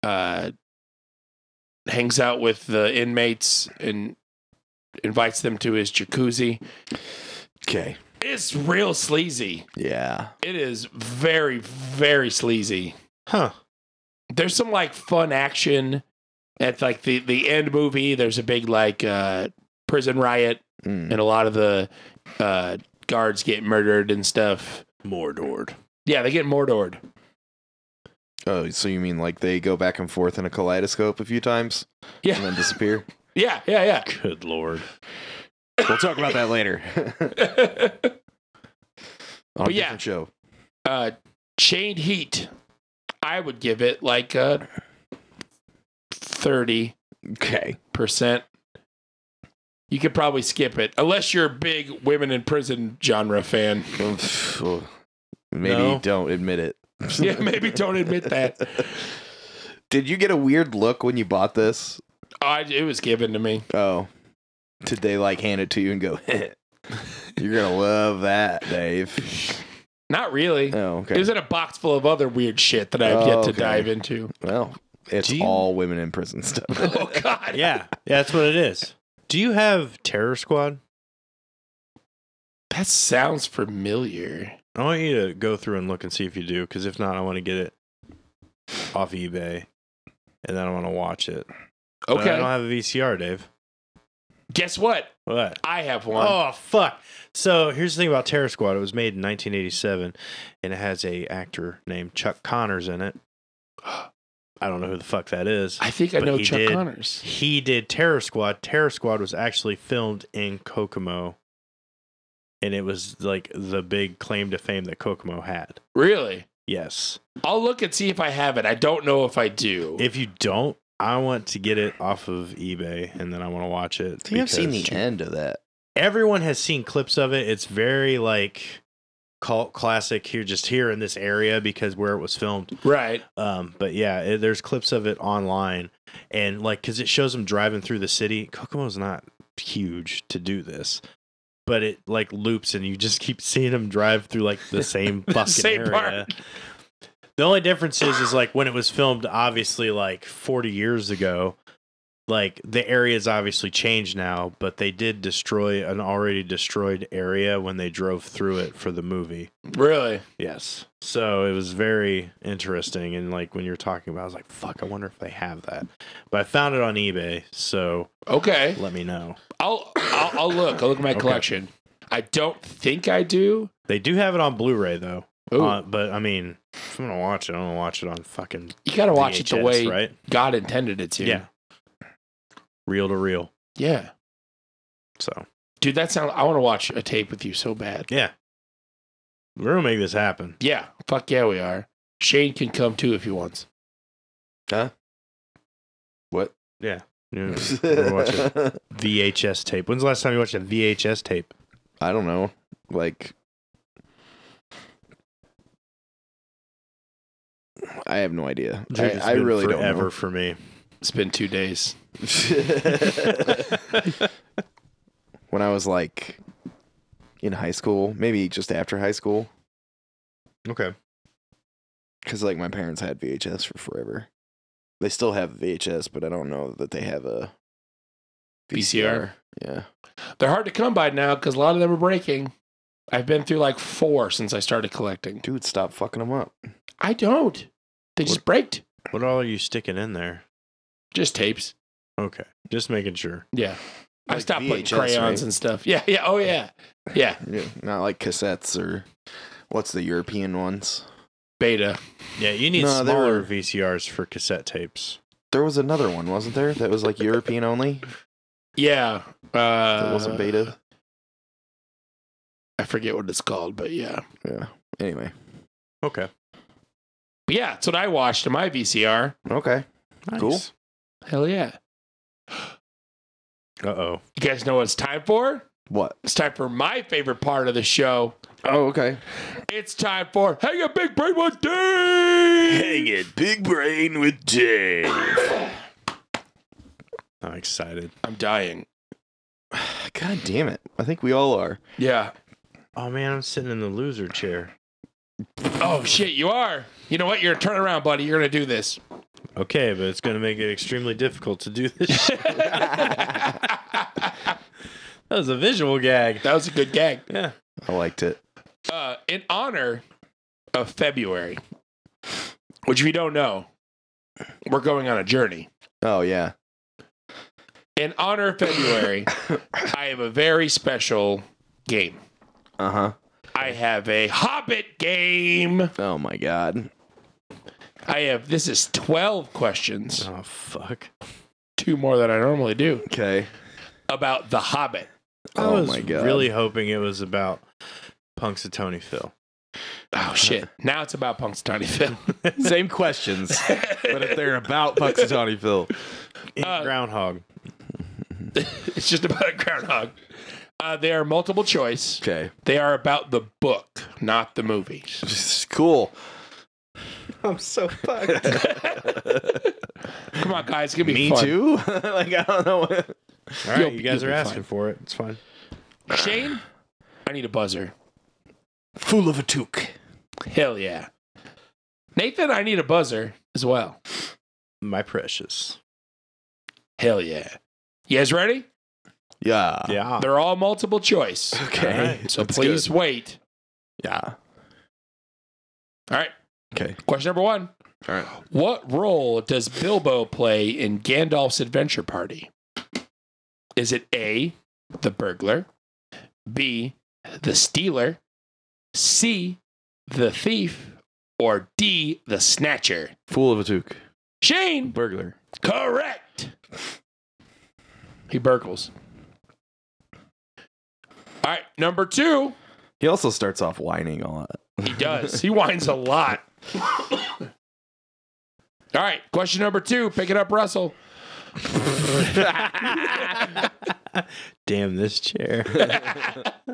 uh hangs out with the inmates and invites them to his jacuzzi.
Okay.
It's real sleazy.
Yeah.
It is very very sleazy.
Huh.
There's some like fun action at like the the end movie. There's a big like uh prison riot
Mm.
Mm-hmm. and a lot of the uh guards get murdered and stuff.
Mordord.
Yeah, they get mordored.
Oh, so you mean like they go back and forth in a kaleidoscope a few times and
Yeah,
then disappear?
yeah, yeah, yeah.
Good lord.
*laughs* we'll talk about that *laughs* later. *laughs*
uh,
on
But
a
yeah.
different show.
Uh, Chained Heat, I would give it like a thirty
Okay.
percent. You could probably skip it unless you're a big women in prison genre fan. *laughs*
oh, Maybe
No.
don't admit *laughs* it.
Yeah, maybe don't admit
*laughs*
that.
Did you get a weird look when you bought this?
I, it was given to me.
Oh. Did they like hand it to you and go, *laughs* You're gonna love that, *laughs* Dave.
Not really.
Oh, okay.
It was in a box full of other weird shit that I've
Oh,
yet to
okay.
dive
*laughs*
into.
Well, it's
Do you-
all women in prison stuff. *laughs*
Oh God.
Yeah. Yeah, that's what it is. Do you have Terror Squad?
That sounds familiar.
I want you to go through and look and see if you do, because if not, I want to get it off eBay, and then I want to watch it. But I
Okay.
don't have a VCR, Dave.
Guess what?
What?
I have one.
Oh fuck! So here's the thing about Terror Squad. It was made in 1987, and it has a actor named Chuck Connors in it. *gasps* I don't know who the fuck that is.
I think I
But
know
he
Chuck
did.
Connors.
He did Terror Squad. Terror Squad was actually filmed in Kokomo, and it was like the big claim to fame that Kokomo had.
Really?
Yes.
I'll look and see if I have it. I don't know if I do.
If you don't, I want to get it off of eBay, and then I want to watch it.
I think I've seen
because-
the end of that.
everyone has seen clips of it. It's very like cult classic here, just here in this area because where it was filmed.
right.
Um, but yeah, it, there's clips of it online, and like because it shows them driving through the city. Kokomo's not huge to do this. But it *laughs* like loops, and you just keep seeing them drive through like the same fucking
Same
area.
part.
The only difference is, is like when it was filmed, obviously, like 40 years ago, like the area's obviously changed now, but they did destroy an already destroyed area when they drove through it for the movie.
Really?
Yes. So it was very interesting. And like when you're talking about it, I was like, fuck, I wonder if they have that. But I found it on eBay. So
Okay.
let me know.
I'll I'll, I'll look. I'll look at my
Okay.
collection. I don't think I do.
They do have it on Blu ray, though.
Ooh,
Uh, but I mean, if I'm going to watch it, I'm going to watch it on fucking
you gotta watch it the
VHS,
way
right?
God intended it to.
Yeah. Reel to reel.
Yeah.
So,
Dude, that sound I want to watch a tape with you so bad.
yeah. We're going to make this happen.
Yeah. Fuck yeah, we are. Shane can come too if he wants.
What?
Yeah. yeah.
*laughs*
We're watching VHS tape. When's the last time you watched a VHS tape?
I don't know. Like, I have no idea. I,
It's
I
been
really don't
forever
know. *laughs*
for me. *laughs*
It's been two days.
*laughs* when I was like in high school, maybe just after high school,
okay.
because like my parents had VHS for forever. They still have VHS, but I don't know that they have a
VCR.
Yeah.
They're hard to come by now because a lot of them are breaking. I've been through like four since I started collecting.
Dude, stop fucking them up.
I don't. They just breaked.
What all are you sticking in there?
Just tapes.
Okay. Just making sure.
Yeah. I
Like
stopped putting
VHS,
crayons
right?
and stuff. Yeah, yeah. Oh yeah. Yeah.
Yeah, not like cassettes or what's the European ones.
Beta.
Yeah, you need
No, they
smaller
were-
VCRs for cassette tapes.
There was another one, wasn't there? That was like European only.
Yeah. Uh
That wasn't beta.
I forget what it's called, but yeah.
Yeah. Anyway.
Okay.
But yeah, that's what I watched in my VCR.
Okay. Cool.
Hell yeah.
Uh oh.
You guys know what it's time for?
What?
It's time for my favorite part of the show.
Oh, okay.
It's time for Hang a Big Brain with Dave!
it, big brain with Dave.
*coughs* I'm excited.
I'm dying.
God damn it! I think we all are.
Yeah.
Oh man, I'm sitting in the loser chair.
Oh, shit, you are. You know what? You're turn around, buddy. You're going to do this.
Okay, but it's going to make it extremely difficult to do *laughs* this. shit.
that
that was a visual gag.
was a good gag.
Yeah.
I liked it.
Uh, in honor of February, which if you don't know, we're going on a journey.
Oh yeah.
In honor of February, I have a very special game.
Uh huh.
I have a Hobbit game.
Oh my god.
I have this is 12 questions,
Oh fuck.
two more than I normally do,
Okay.
about the Hobbit.
Oh
I was
my God.
really hoping it was about Punxsutawney Phil.
Oh shit. Now it's about Punxsutawney Phil. *laughs*
Same questions, *laughs* but if they're about Puxatawny Phil.
In
Uh,
*laughs* Groundhog.
it's just about a groundhog. Uh, they are multiple choice.
Okay.
They are about the book, not the movie.
cool.
I'm
*laughs*
so fucked.
Come on, guys, give me
Me
fun.
too. *laughs* like I don't know. What...
All
You'll
right,
be-
you guys
you'll
are
be fine.
asking for it. It's fine.
Shane, I need a buzzer.
Fool of a toque.
Hell yeah. Nathan, I need a buzzer as well.
My precious.
Hell yeah. You guys ready?
Yeah.
Yeah.
They're all multiple
*laughs*
choice.
Okay.
All right,
So
That's
please
good.
wait.
Yeah.
All right.
Okay.
Question number one
All right.
What role does Bilbo play in Gandalf's adventure party? Is it A, the burglar, B, the stealer, C, the thief, or D, the snatcher?
Fool of a toque.
Shane,
Burglar.
correct. He burgles. All right, number two.
He also starts off whining a lot.
He does. He whines a lot. All right, question number two. Pick it up, Russell. *laughs*
Damn this chair.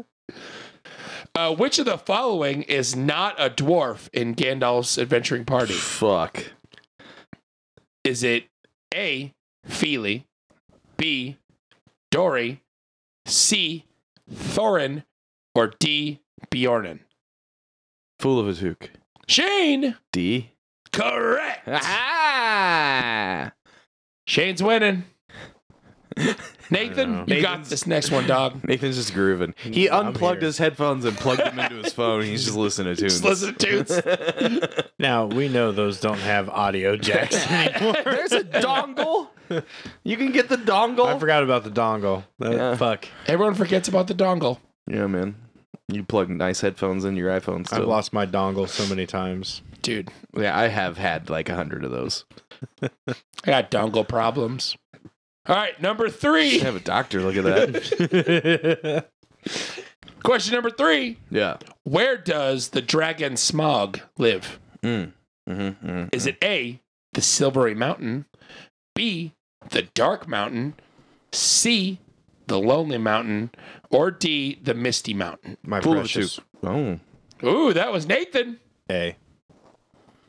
*laughs*
Uh, which of the following is not a dwarf in Gandalf's adventuring party?
Fuck.
Is it A. Feely, B. Dory, C. Thorin, or D. Bjornin?
Fool of a toque.
Shane,
D.
Correct.
*laughs* Ah!
Shane's winning. Nathan,
know.
you got
Nathan's-
this next one, dog.
Nathan's just grooving. He
I'm
unplugged
here.
his headphones and plugged them into his phone. And he's just listening to tunes.
Just listen to *laughs* tunes.
Now we know those don't have *laughs* audio jacks anymore.
*laughs* There's a dongle. *laughs* You can get the dongle.
I forgot about the dongle. That-
Yeah.
Fuck.
Everyone forgets about the dongle.
Yeah, man. You plug nice headphones into your iPhone still.
I've lost my dongle so many times. *laughs*
Dude,
yeah, I have had like a hundred of those.
I got dongle problems. All right, number three.
You have a doctor look at
*laughs*
that.
Question number three.
yeah.
Where does the dragon Smog live?
Mm. Mm-hmm,
Is it A, the Silvery Mountain, B, the Dark Mountain, C, the Lonely Mountain, or D, the Misty Mountain?
my
Full of
precious.
Oh.
Ooh, that was Nathan.
Hey,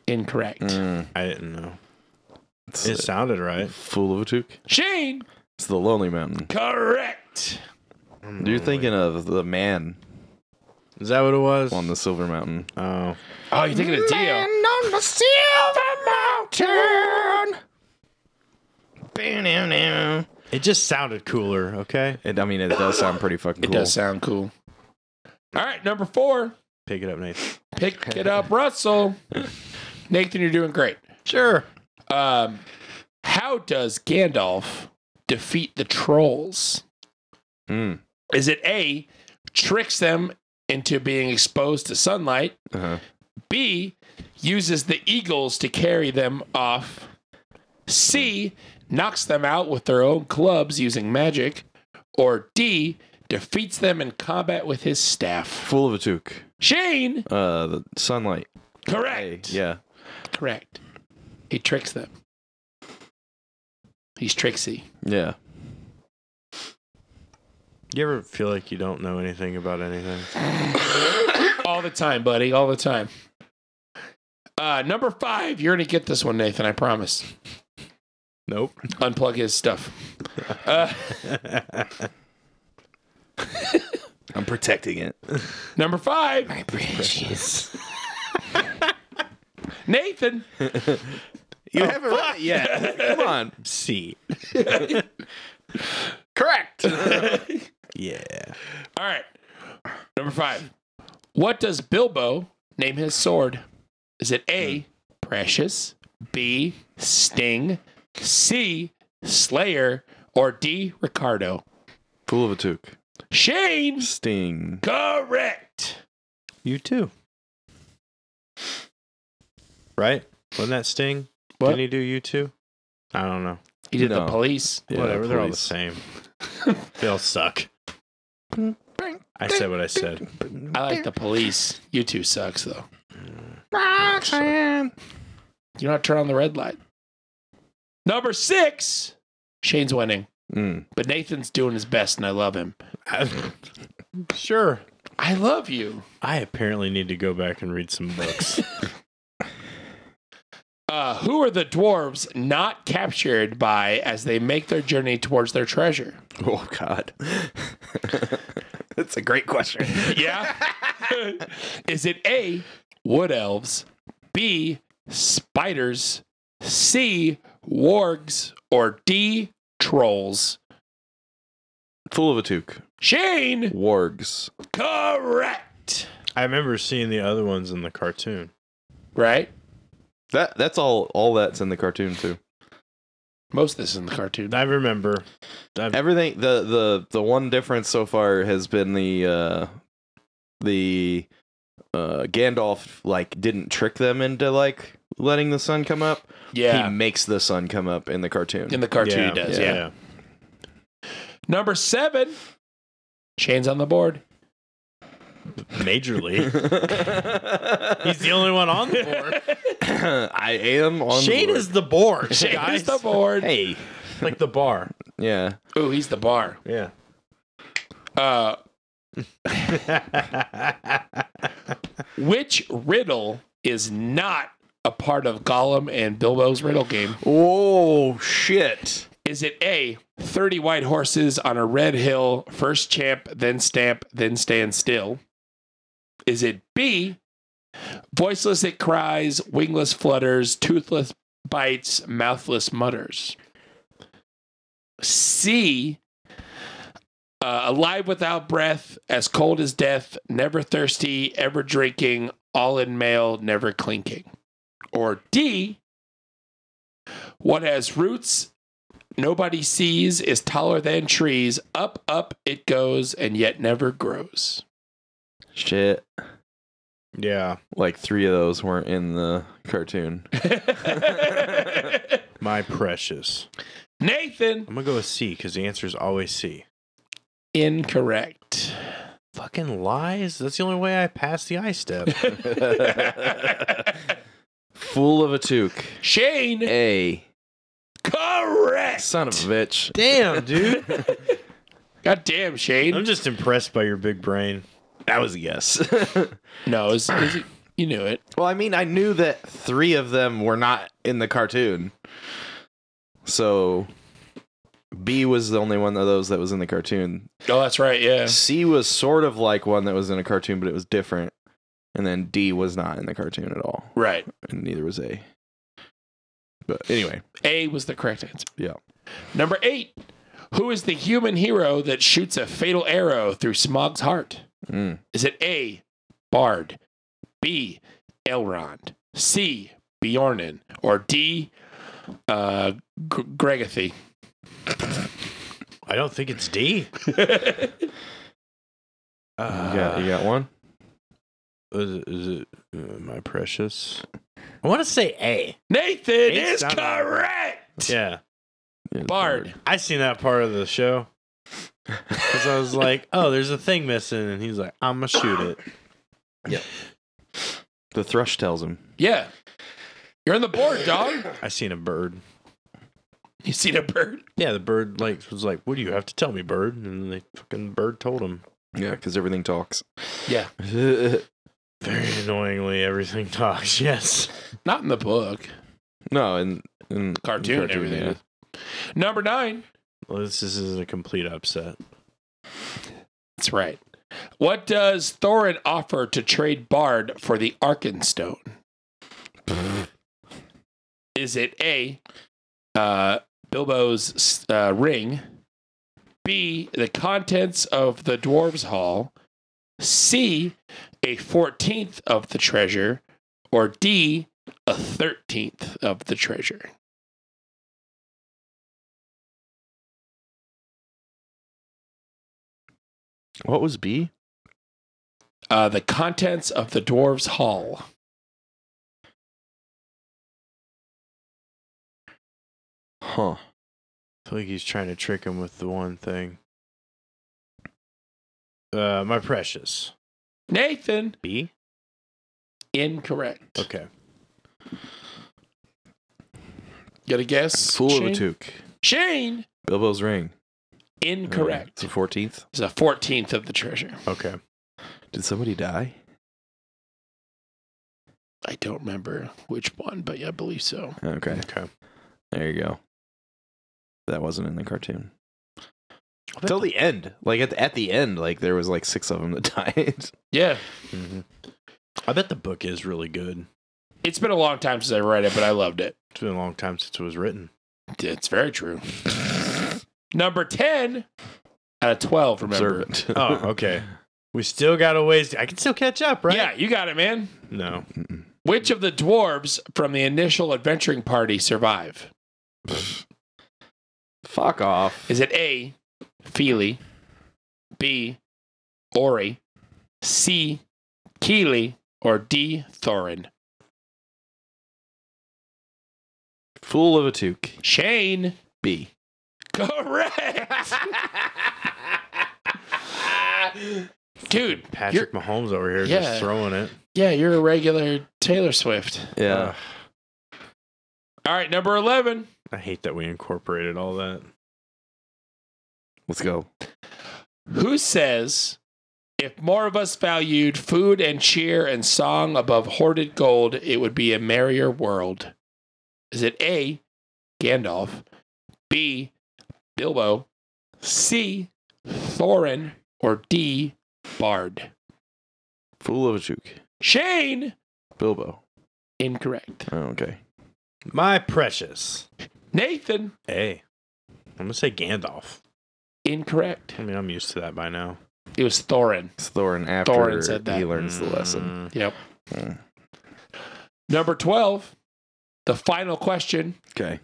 Incorrect.
Mm.
I didn't know.
It's
It sounded right.
Fool of a toque.
Shane,
It's the Lonely Mountain.
correct.
You're thinking of the man
Is that what it was?
on the Silver Mountain.
oh,
Oh, you're thinking of Dio.
on the Silver Mountain.
it just sounded cooler. Okay,
It, I mean, it does sound pretty fucking
It
cool.
does sound cool. All right, number four.
pick it up, Nate.
Pick it up, Russell. Nathan, you're doing great.
Sure.
Um, how does Gandalf defeat the trolls?
Mm.
Is it A, tricks them into being exposed to sunlight?
Uh-huh.
B, uses the eagles to carry them off? C, knocks them out with their own clubs using magic? Or D, defeats them in combat with his staff?
Fool of a toque.
Shane,
Uh, the sunlight. Hey,
correct.
yeah.
Correct. He tricks them. He's tricksy.
Yeah.
You ever feel like you don't know anything about anything?
All the time, buddy. All the time. Uh, number five. You're going to get this one, Nathan. I promise.
Nope.
Unplug his stuff. Uh,
I'm protecting it.
number five. My precious. Nathan.
You
Oh,
haven't read it
*laughs*
yet. *laughs* Come on.
C.
*laughs*
Correct.
Yeah.
All right. Number five. What does Bilbo name his sword? Is it
Hmm.
A, Precious, B, Sting, C, Slayer, or D, Ricardo?
Fool of a toque.
Shane,
Sting.
correct.
You too. Right? Wasn't that Sting?
What?
Didn't he do you too? I don't know.
He did the
No.
police.
Yeah,
Whatever. They're all the
*laughs*
please.
same. they all suck. I said what I said. *laughs*
I like the police. You two sucks though.
Roxanne.
You don't turn on the red light. Number six, Shane's winning,
Mm.
but Nathan's doing his best, and I love him.
sure.
I love you.
I apparently need to go back and read some
*laughs*
books.
Uh, who are the dwarves not captured by as they make their journey towards their treasure?
*laughs* Oh, God. That's a great *laughs* question.
Yeah. Is it A, wood elves, B, spiders, C, wargs, or D, trolls?
Fool of a toque.
Shane,
Wargs.
correct.
I remember seeing the other ones in the cartoon.
Right?
That that's all all that's in the cartoon too.
Most of this is in the cartoon.
I remember. I,
Everything the the the one difference so far has been the uh the uh Gandalf like didn't trick them into like letting the sun come up.
Yeah.
He makes the sun come up in the cartoon.
in the cartoon, he does. yeah. Number seven, Shane's on the board. *laughs*
Majorly. He's the only one on the board.
*laughs* I am on
Shane
the board.
is the board.
Shane's
guys.
the board.
Hey.
Like the bar.
Yeah.
Ooh, he's the bar.
Yeah.
Uh, *laughs* which riddle is not a part of Gollum and Bilbo's riddle game?
Oh shit.
Is it A, 30 white horses on a red hill, first champ, then stamp, then stand still? Is it B, Voiceless it cries, wingless flutters, toothless bites, mouthless mutters. C. Uh, alive without breath, as cold as death, never thirsty, ever drinking, all in male, never clinking. Or D. What has roots nobody sees is taller than trees. Up, up it goes, and yet never grows. *laughs*
Shit.
Yeah.
Like three of those weren't in the cartoon.
My precious.
Nathan,
I'm going to go with C because the answer is always C.
incorrect.
Fucking lies. That's the only way I pass the I step.
*laughs* Fool of a toque.
Shane,
A.
correct.
Son of a bitch.
*laughs* Damn, dude.
God damn, Shane.
*laughs* I'm just impressed by your big brain.
That was a guess. *laughs*
no, is, is it, you knew it.
well, I mean, I knew that three of them were not in the cartoon. So B was the only one of those that was in the cartoon.
Oh, that's right. Yeah.
C was sort of like one that was in a cartoon, but it was different. And then D was not in the cartoon at all.
Right.
And neither was A. But anyway,
A was the correct answer.
yeah.
Number eight. Who is the human hero that shoots a fatal arrow through Smog's heart?
Mm.
Is it A. Bard, B. Elrond, C. Bjornin, or D. Uh, Gr- Gregathy?
I don't think it's D. Uh,
You got, you got one?
Is it, is it uh, my precious? I want to say A.
Nathan
Nate
is
Summer.
correct.
Yeah.
Yeah,
Bard.
I seen that part of the show because I was like, "Oh, there's a thing missing," and he's like, "I'm gonna shoot it."
The thrush tells him.
Yeah. You're on the board, dog.
I seen a bird.
You seen a bird?
Yeah, the bird like was like, "What do you have to tell me, bird?" And the fucking bird told him.
Yeah, because everything talks. *laughs*
Yeah.
no,
Very annoyingly, everything *laughs* talks. Yes.
Not in the book.
and in
Cartoon, everything.
yeah.
is. Number nine.
Well, this, this is a complete upset.
That's right. What does Thorin offer to trade Bard for the Arkenstone? Is it A, uh, Bilbo's uh, ring, B, the contents of the Dwarves' Hall, C, a 14th of the treasure, or D, a 13th of the treasure?
What was B?
Uh, the contents of the Dwarves' Hall.
Huh.
I feel like he's trying to trick him with the one thing. Uh, my precious.
Nathan,
B.
incorrect.
Okay.
Got a guess?
Fool of a
Shane?
toque.
Shane.
Bilbo's ring.
Incorrect.
Uh, it's the 14th.
It's a fourteenth of the treasure.
Okay.
Did somebody die?
I don't remember which one, but yeah, I believe so.
Okay.
Okay.
There you go. That wasn't in the cartoon. Till the end. Like at the, at the end, like there was like six of them that *laughs* died.
Yeah,
hmm I bet the book is really good.
it's been a long time since I read it, but I loved it.
It's been a long time since it was written.
It's very true. Number ten out of twelve. Remember?
Observant. *laughs*
*laughs* Oh, okay. We still got a ways. I can still catch up, right?
Yeah, you got it, man.
No.
Mm-mm.
Which of the dwarves from the initial adventuring party survive?
Fuck off.
Is it A. Feely, B. Ori, C. Keely, or D. Thorin?
Fool of a toque.
Shane.
B.
Correct. *laughs* Dude,
Patrick Mahomes over here
Yeah.
just throwing it.
yeah, you're a regular Taylor Swift.
Yeah.
Ugh.
All right, number 11.
I hate that we incorporated all that.
Let's go.
Who says, if more of us valued food and cheer and song above hoarded gold, it would be a merrier world? Is it A, Gandalf, B, Bilbo, C, Thorin, or D, Bard?
Fool of a toque.
Shane
Bilbo.
Incorrect.
Oh, okay.
My precious.
Nathan.
Hey, I'm gonna say Gandalf.
Incorrect.
I mean, I'm used to that by now.
It was Thorin.
It's Thorin after
Thorin said that.
he learns the lesson.
Mm,
Yep.
Mm.
Number 12, the final question
Okay.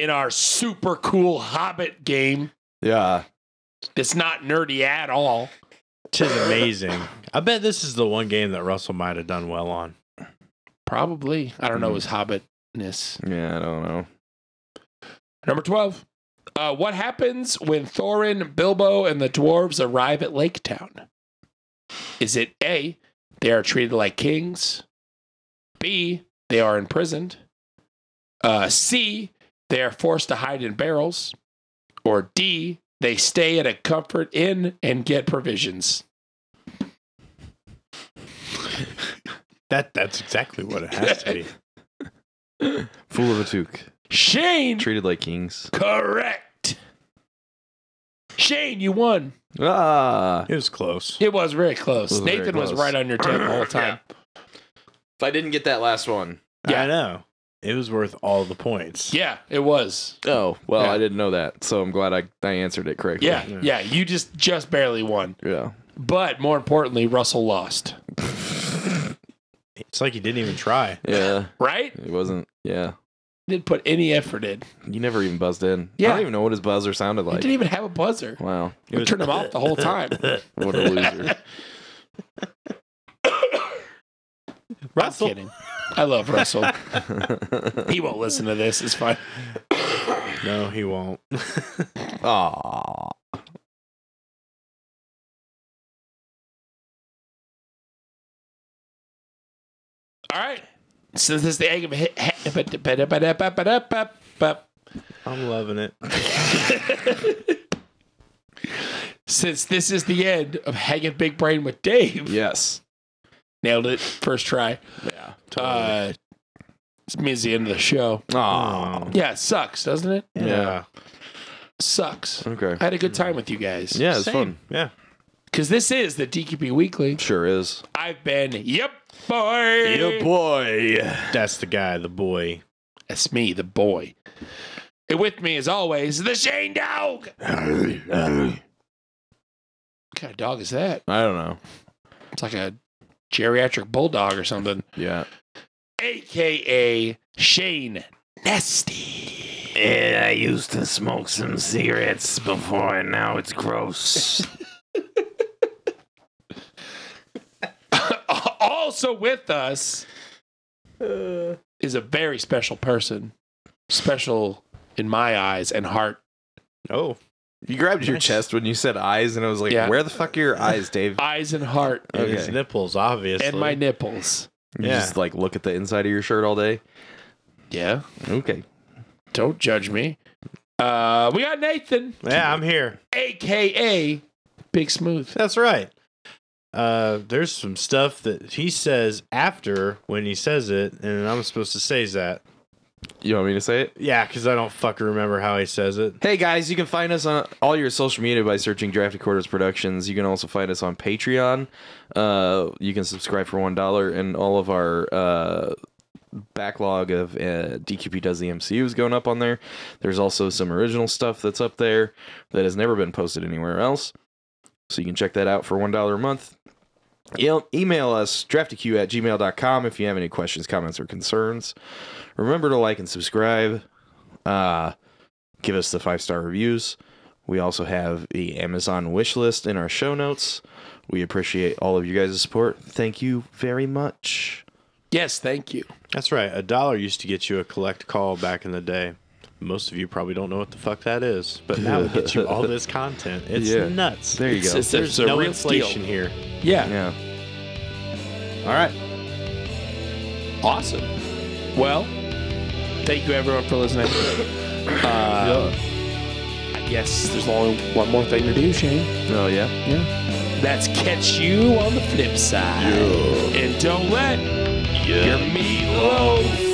in our super cool Hobbit game
Yeah.
that's not nerdy at all.
Tis amazing. I bet this is the one game that Russell might have done well on.
Probably. I don't know his Hobbitness.
Yeah, I don't know.
Number 12, uh, what happens when Thorin, Bilbo, and the dwarves arrive at Lake Town? Is it A, they are treated like kings? B, they are imprisoned? Uh, C, they are forced to hide in barrels? Or D, they stay at a comfort inn and get provisions?
That that's exactly what it has to be.
Fool of a toque.
Shane,
Treated like kings.
correct. Shane, you won.
Ah.
*laughs* It was close.
It was very close.
It was very
Nathan was
close.
right on your tip
*clears throat*
the whole time.
If I didn't get that last one.
Yeah.
I know. It was worth all the points.
Yeah, it was.
Oh, well,
Yeah.
I didn't know that. So I'm glad I, I answered it correctly.
Yeah, yeah, You just just barely won,
*laughs* Yeah.
but more importantly, Russell lost.
It's like you didn't even *laughs* try.
Yeah.
Right?
It wasn't. Yeah.
Didn't put any effort in.
You never even buzzed in. I
Yeah.
don't even know what his buzzer sounded
He
like.
didn't even have a buzzer.
Wow.
We
was-
turned him off the whole time.
What a *laughs* loser.
Russell.
I'm kidding. I love Russell. he won't listen to this. It's fine.
No, he won't.
Aw.
All right. So this is the egg of hit.
I'm loving *laughs* it.
Since this is the end of Hanging Big Brain with Dave,
Yes.
nailed it first try.
Yeah.
Uh, this means the end of the show.
Um,
Aw.
Yeah, it sucks, doesn't it?
Yeah.
Sucks.
Okay.
I had a good time with you guys.
Yeah, it's fun.
Yeah.
Because this is the DQP Weekly.
Sure is.
I've been, yep, boy.
boy.
That's the guy, the boy.
That's me, the boy. And with me, as always, the Shane Dog. What
I
kind of dog is that?
don't know.
It's like a geriatric bulldog or something.
Yeah.
AKA Shane Nasty.
Yeah, I used to smoke some cigarettes before, and now it's gross.
*laughs* also with us is a very special person. Special in my eyes and heart.
Oh.
You grabbed your
Nice.
chest when you said eyes, and I was like,
Yeah.
where the fuck are your eyes,
*laughs*
Dave?
Eyes and heart.
and His
Okay.
nipples, obviously.
and my nipples.
You
Yeah.
just like look at the inside of your shirt all day.
Yeah.
Okay.
Don't judge me. Uh, we got Nathan,
Yeah, I'm here.
aka Big Smooth.
That's right. Uh, there's some stuff that he says after when he says it, and I'm supposed to say that.
You want me to say it?
Yeah, because I don't fucking remember how he says it.
Hey guys, you can find us on all your social media by searching Drafted Quarters Productions. You can also find us on Patreon. Uh, you can subscribe for one dollar, and all of our uh, backlog of uh, DQP Does the MCU is going up on there. There's also some original stuff that's up there that has never been posted anywhere else, so you can check that out for one dollar a month. E- Email us drafteq at gmail.com if you have any questions, comments, or concerns. Remember to like and subscribe. Uh, give us the five star reviews. We also have the Amazon wish list in our show notes. We appreciate all of you guys' support. Thank you very much.
Yes, thank you.
That's right. A dollar used to get you a collect call back in the day. Most of you probably don't know what the fuck that is, but now it gets you *laughs* all this content. It's
Yeah.
nuts.
There you
It's-
go.
it's-
There's
a
no
real
inflation
steal.
here.
Yeah,
yeah. All right.
awesome. Well, thank you everyone for listening. Uh, I guess there's only one more thing to do, Shane.
Oh yeah.
That's catch you on the flip side, and don't let your meatloaf.